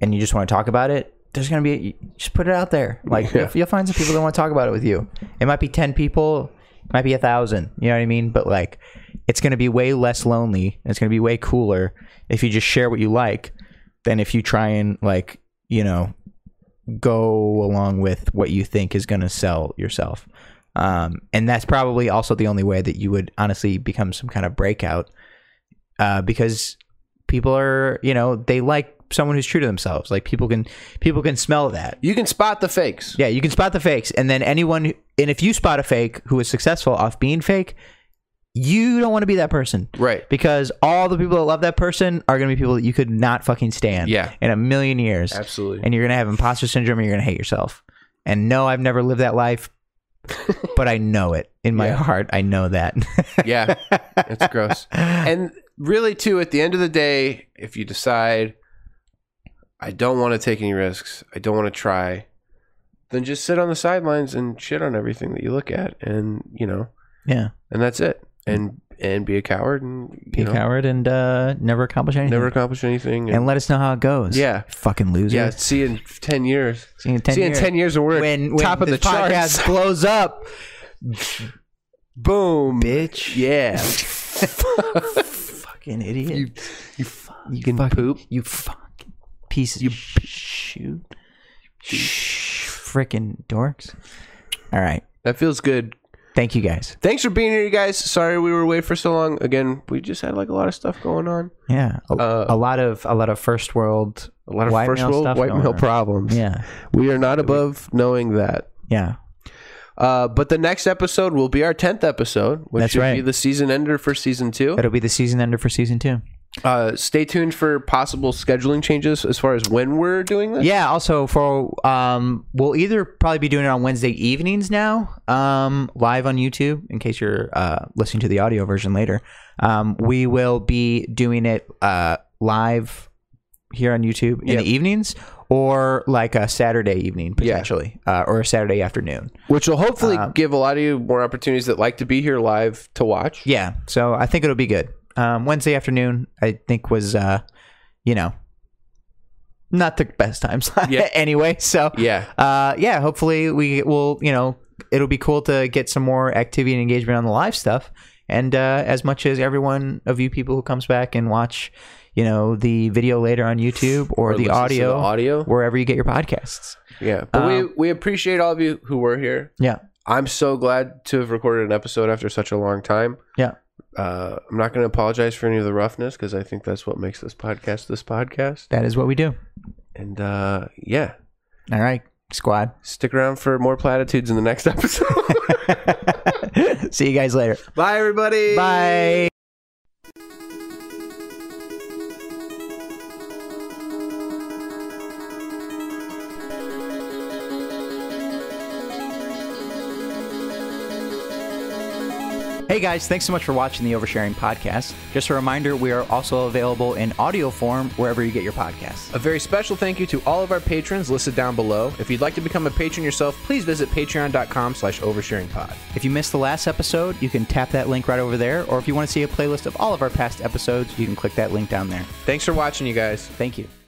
[SPEAKER 1] and you just want to talk about it, there's going to be, just put it out there. Like, you'll, you'll find some people that want to talk about it with you. It might be 10 people, it might be a thousand. You know what I mean? But like, it's going to be way less lonely. and It's going to be way cooler if you just share what you like than if you try and like, you know, go along with what you think is going to sell yourself. Um, and that's probably also the only way that you would honestly become some kind of breakout uh, because people are, you know, they like someone who's true to themselves. Like people can people can smell that.
[SPEAKER 2] You can spot the fakes.
[SPEAKER 1] Yeah, you can spot the fakes, and then anyone, who- and if you spot a fake who is successful off being fake, you don't want to be that person,
[SPEAKER 2] Right.
[SPEAKER 1] Because all the people that love that person are going to be people that you could not fucking stand,
[SPEAKER 2] Yeah.
[SPEAKER 1] in a million years,
[SPEAKER 2] Absolutely.
[SPEAKER 1] and you're going to have imposter syndrome, and you're going to hate yourself. And no, I've never lived that <laughs> life, but I know it in my
[SPEAKER 2] Yeah.
[SPEAKER 1] heart. I know that. <laughs>
[SPEAKER 2] yeah. It's gross. And really, too, at the end of the day, if you decide, I don't want to take any risks, I don't want to try, then just sit on the sidelines and shit on everything that you look at, and you know,
[SPEAKER 1] yeah,
[SPEAKER 2] and that's it. And and be a coward and you
[SPEAKER 1] be
[SPEAKER 2] know,
[SPEAKER 1] a coward and uh, never accomplish anything.
[SPEAKER 2] never accomplish anything.
[SPEAKER 1] and let us know how it goes.
[SPEAKER 2] Yeah.
[SPEAKER 1] fucking loser.
[SPEAKER 2] yeah, see you in ten years.
[SPEAKER 1] See you in ten
[SPEAKER 2] see you
[SPEAKER 1] years.
[SPEAKER 2] in ten years, and we're at
[SPEAKER 1] when, when
[SPEAKER 2] top of the
[SPEAKER 1] this podcast
[SPEAKER 2] <laughs> charts.
[SPEAKER 1] blows up,
[SPEAKER 2] Boom,
[SPEAKER 1] bitch.
[SPEAKER 2] Yeah,
[SPEAKER 1] fucking idiot. You,
[SPEAKER 2] you
[SPEAKER 1] you
[SPEAKER 2] fucking poop.
[SPEAKER 1] You fucking piece of you shoot. Freaking dorks. All right.
[SPEAKER 2] that feels good.
[SPEAKER 1] Thank you guys.
[SPEAKER 2] Thanks for being here, you guys. Sorry we were away for so long. Again, we just had like a lot of stuff going on.
[SPEAKER 1] Yeah. A,
[SPEAKER 2] Uh,
[SPEAKER 1] a lot of a lot of first world
[SPEAKER 2] A lot of
[SPEAKER 1] white
[SPEAKER 2] first
[SPEAKER 1] male
[SPEAKER 2] world
[SPEAKER 1] stuff
[SPEAKER 2] white
[SPEAKER 1] going
[SPEAKER 2] male
[SPEAKER 1] on.
[SPEAKER 2] problems.
[SPEAKER 1] Yeah.
[SPEAKER 2] We are not above knowing that.
[SPEAKER 1] Yeah.
[SPEAKER 2] Uh, but the next episode will be our 10th episode, which
[SPEAKER 1] That's
[SPEAKER 2] should
[SPEAKER 1] right.
[SPEAKER 2] be the season ender for season two.
[SPEAKER 1] That'll be the season ender for season 2.
[SPEAKER 2] Uh, stay tuned for possible scheduling changes as far as when we're doing this.
[SPEAKER 1] Yeah, also for um we'll either probably be doing it on Wednesday evenings now, um live on YouTube in case you're uh listening to the audio version later. Um we will be doing it uh live here on YouTube in
[SPEAKER 2] Yep.
[SPEAKER 1] the evenings or like a Saturday evening potentially uh, or a Saturday afternoon.
[SPEAKER 2] Which will hopefully
[SPEAKER 1] Uh,
[SPEAKER 2] give a lot of you more opportunities that like to be here live to watch.
[SPEAKER 1] Yeah, so I think it'll be good. Um Wednesday afternoon I think was uh you know not the best time <laughs> slot
[SPEAKER 2] Yeah.
[SPEAKER 1] anyway, so
[SPEAKER 2] Yeah.
[SPEAKER 1] uh, yeah, hopefully we will, you know, it'll be cool to get some more activity and engagement on the live stuff. And uh, as much as every one of you people who comes back and watch, you know, the video later on YouTube or, the
[SPEAKER 2] listen to
[SPEAKER 1] audio, Um,
[SPEAKER 2] the audio.
[SPEAKER 1] wherever you get your podcasts.
[SPEAKER 2] Yeah. But we, we appreciate all of you who were here.
[SPEAKER 1] Yeah.
[SPEAKER 2] I'm so glad to have recorded an episode after such a long time.
[SPEAKER 1] Yeah.
[SPEAKER 2] Uh, I'm not going to apologize for any of the roughness because I think that's what makes this podcast this podcast.
[SPEAKER 1] That is what we do.
[SPEAKER 2] And uh, yeah,
[SPEAKER 1] All right, squad. <laughs>
[SPEAKER 2] stick around for more platitudes in the next <laughs> episode.
[SPEAKER 1] See you guys later.
[SPEAKER 2] Bye, everybody.
[SPEAKER 1] Bye. Hey guys, thanks so much for watching the Oversharing Podcast. Just a reminder, we are also available in audio form wherever you get your podcasts.
[SPEAKER 5] A very special thank you to all of our patrons listed down below. If you'd like to become a patron yourself, please visit patreon.com slash oversharingpod.
[SPEAKER 1] If you missed the last episode, you can tap that link right over there, or if you want to see a playlist of all of our past episodes, you can click that link down there.
[SPEAKER 5] Thanks for watching, you guys.
[SPEAKER 1] Thank you.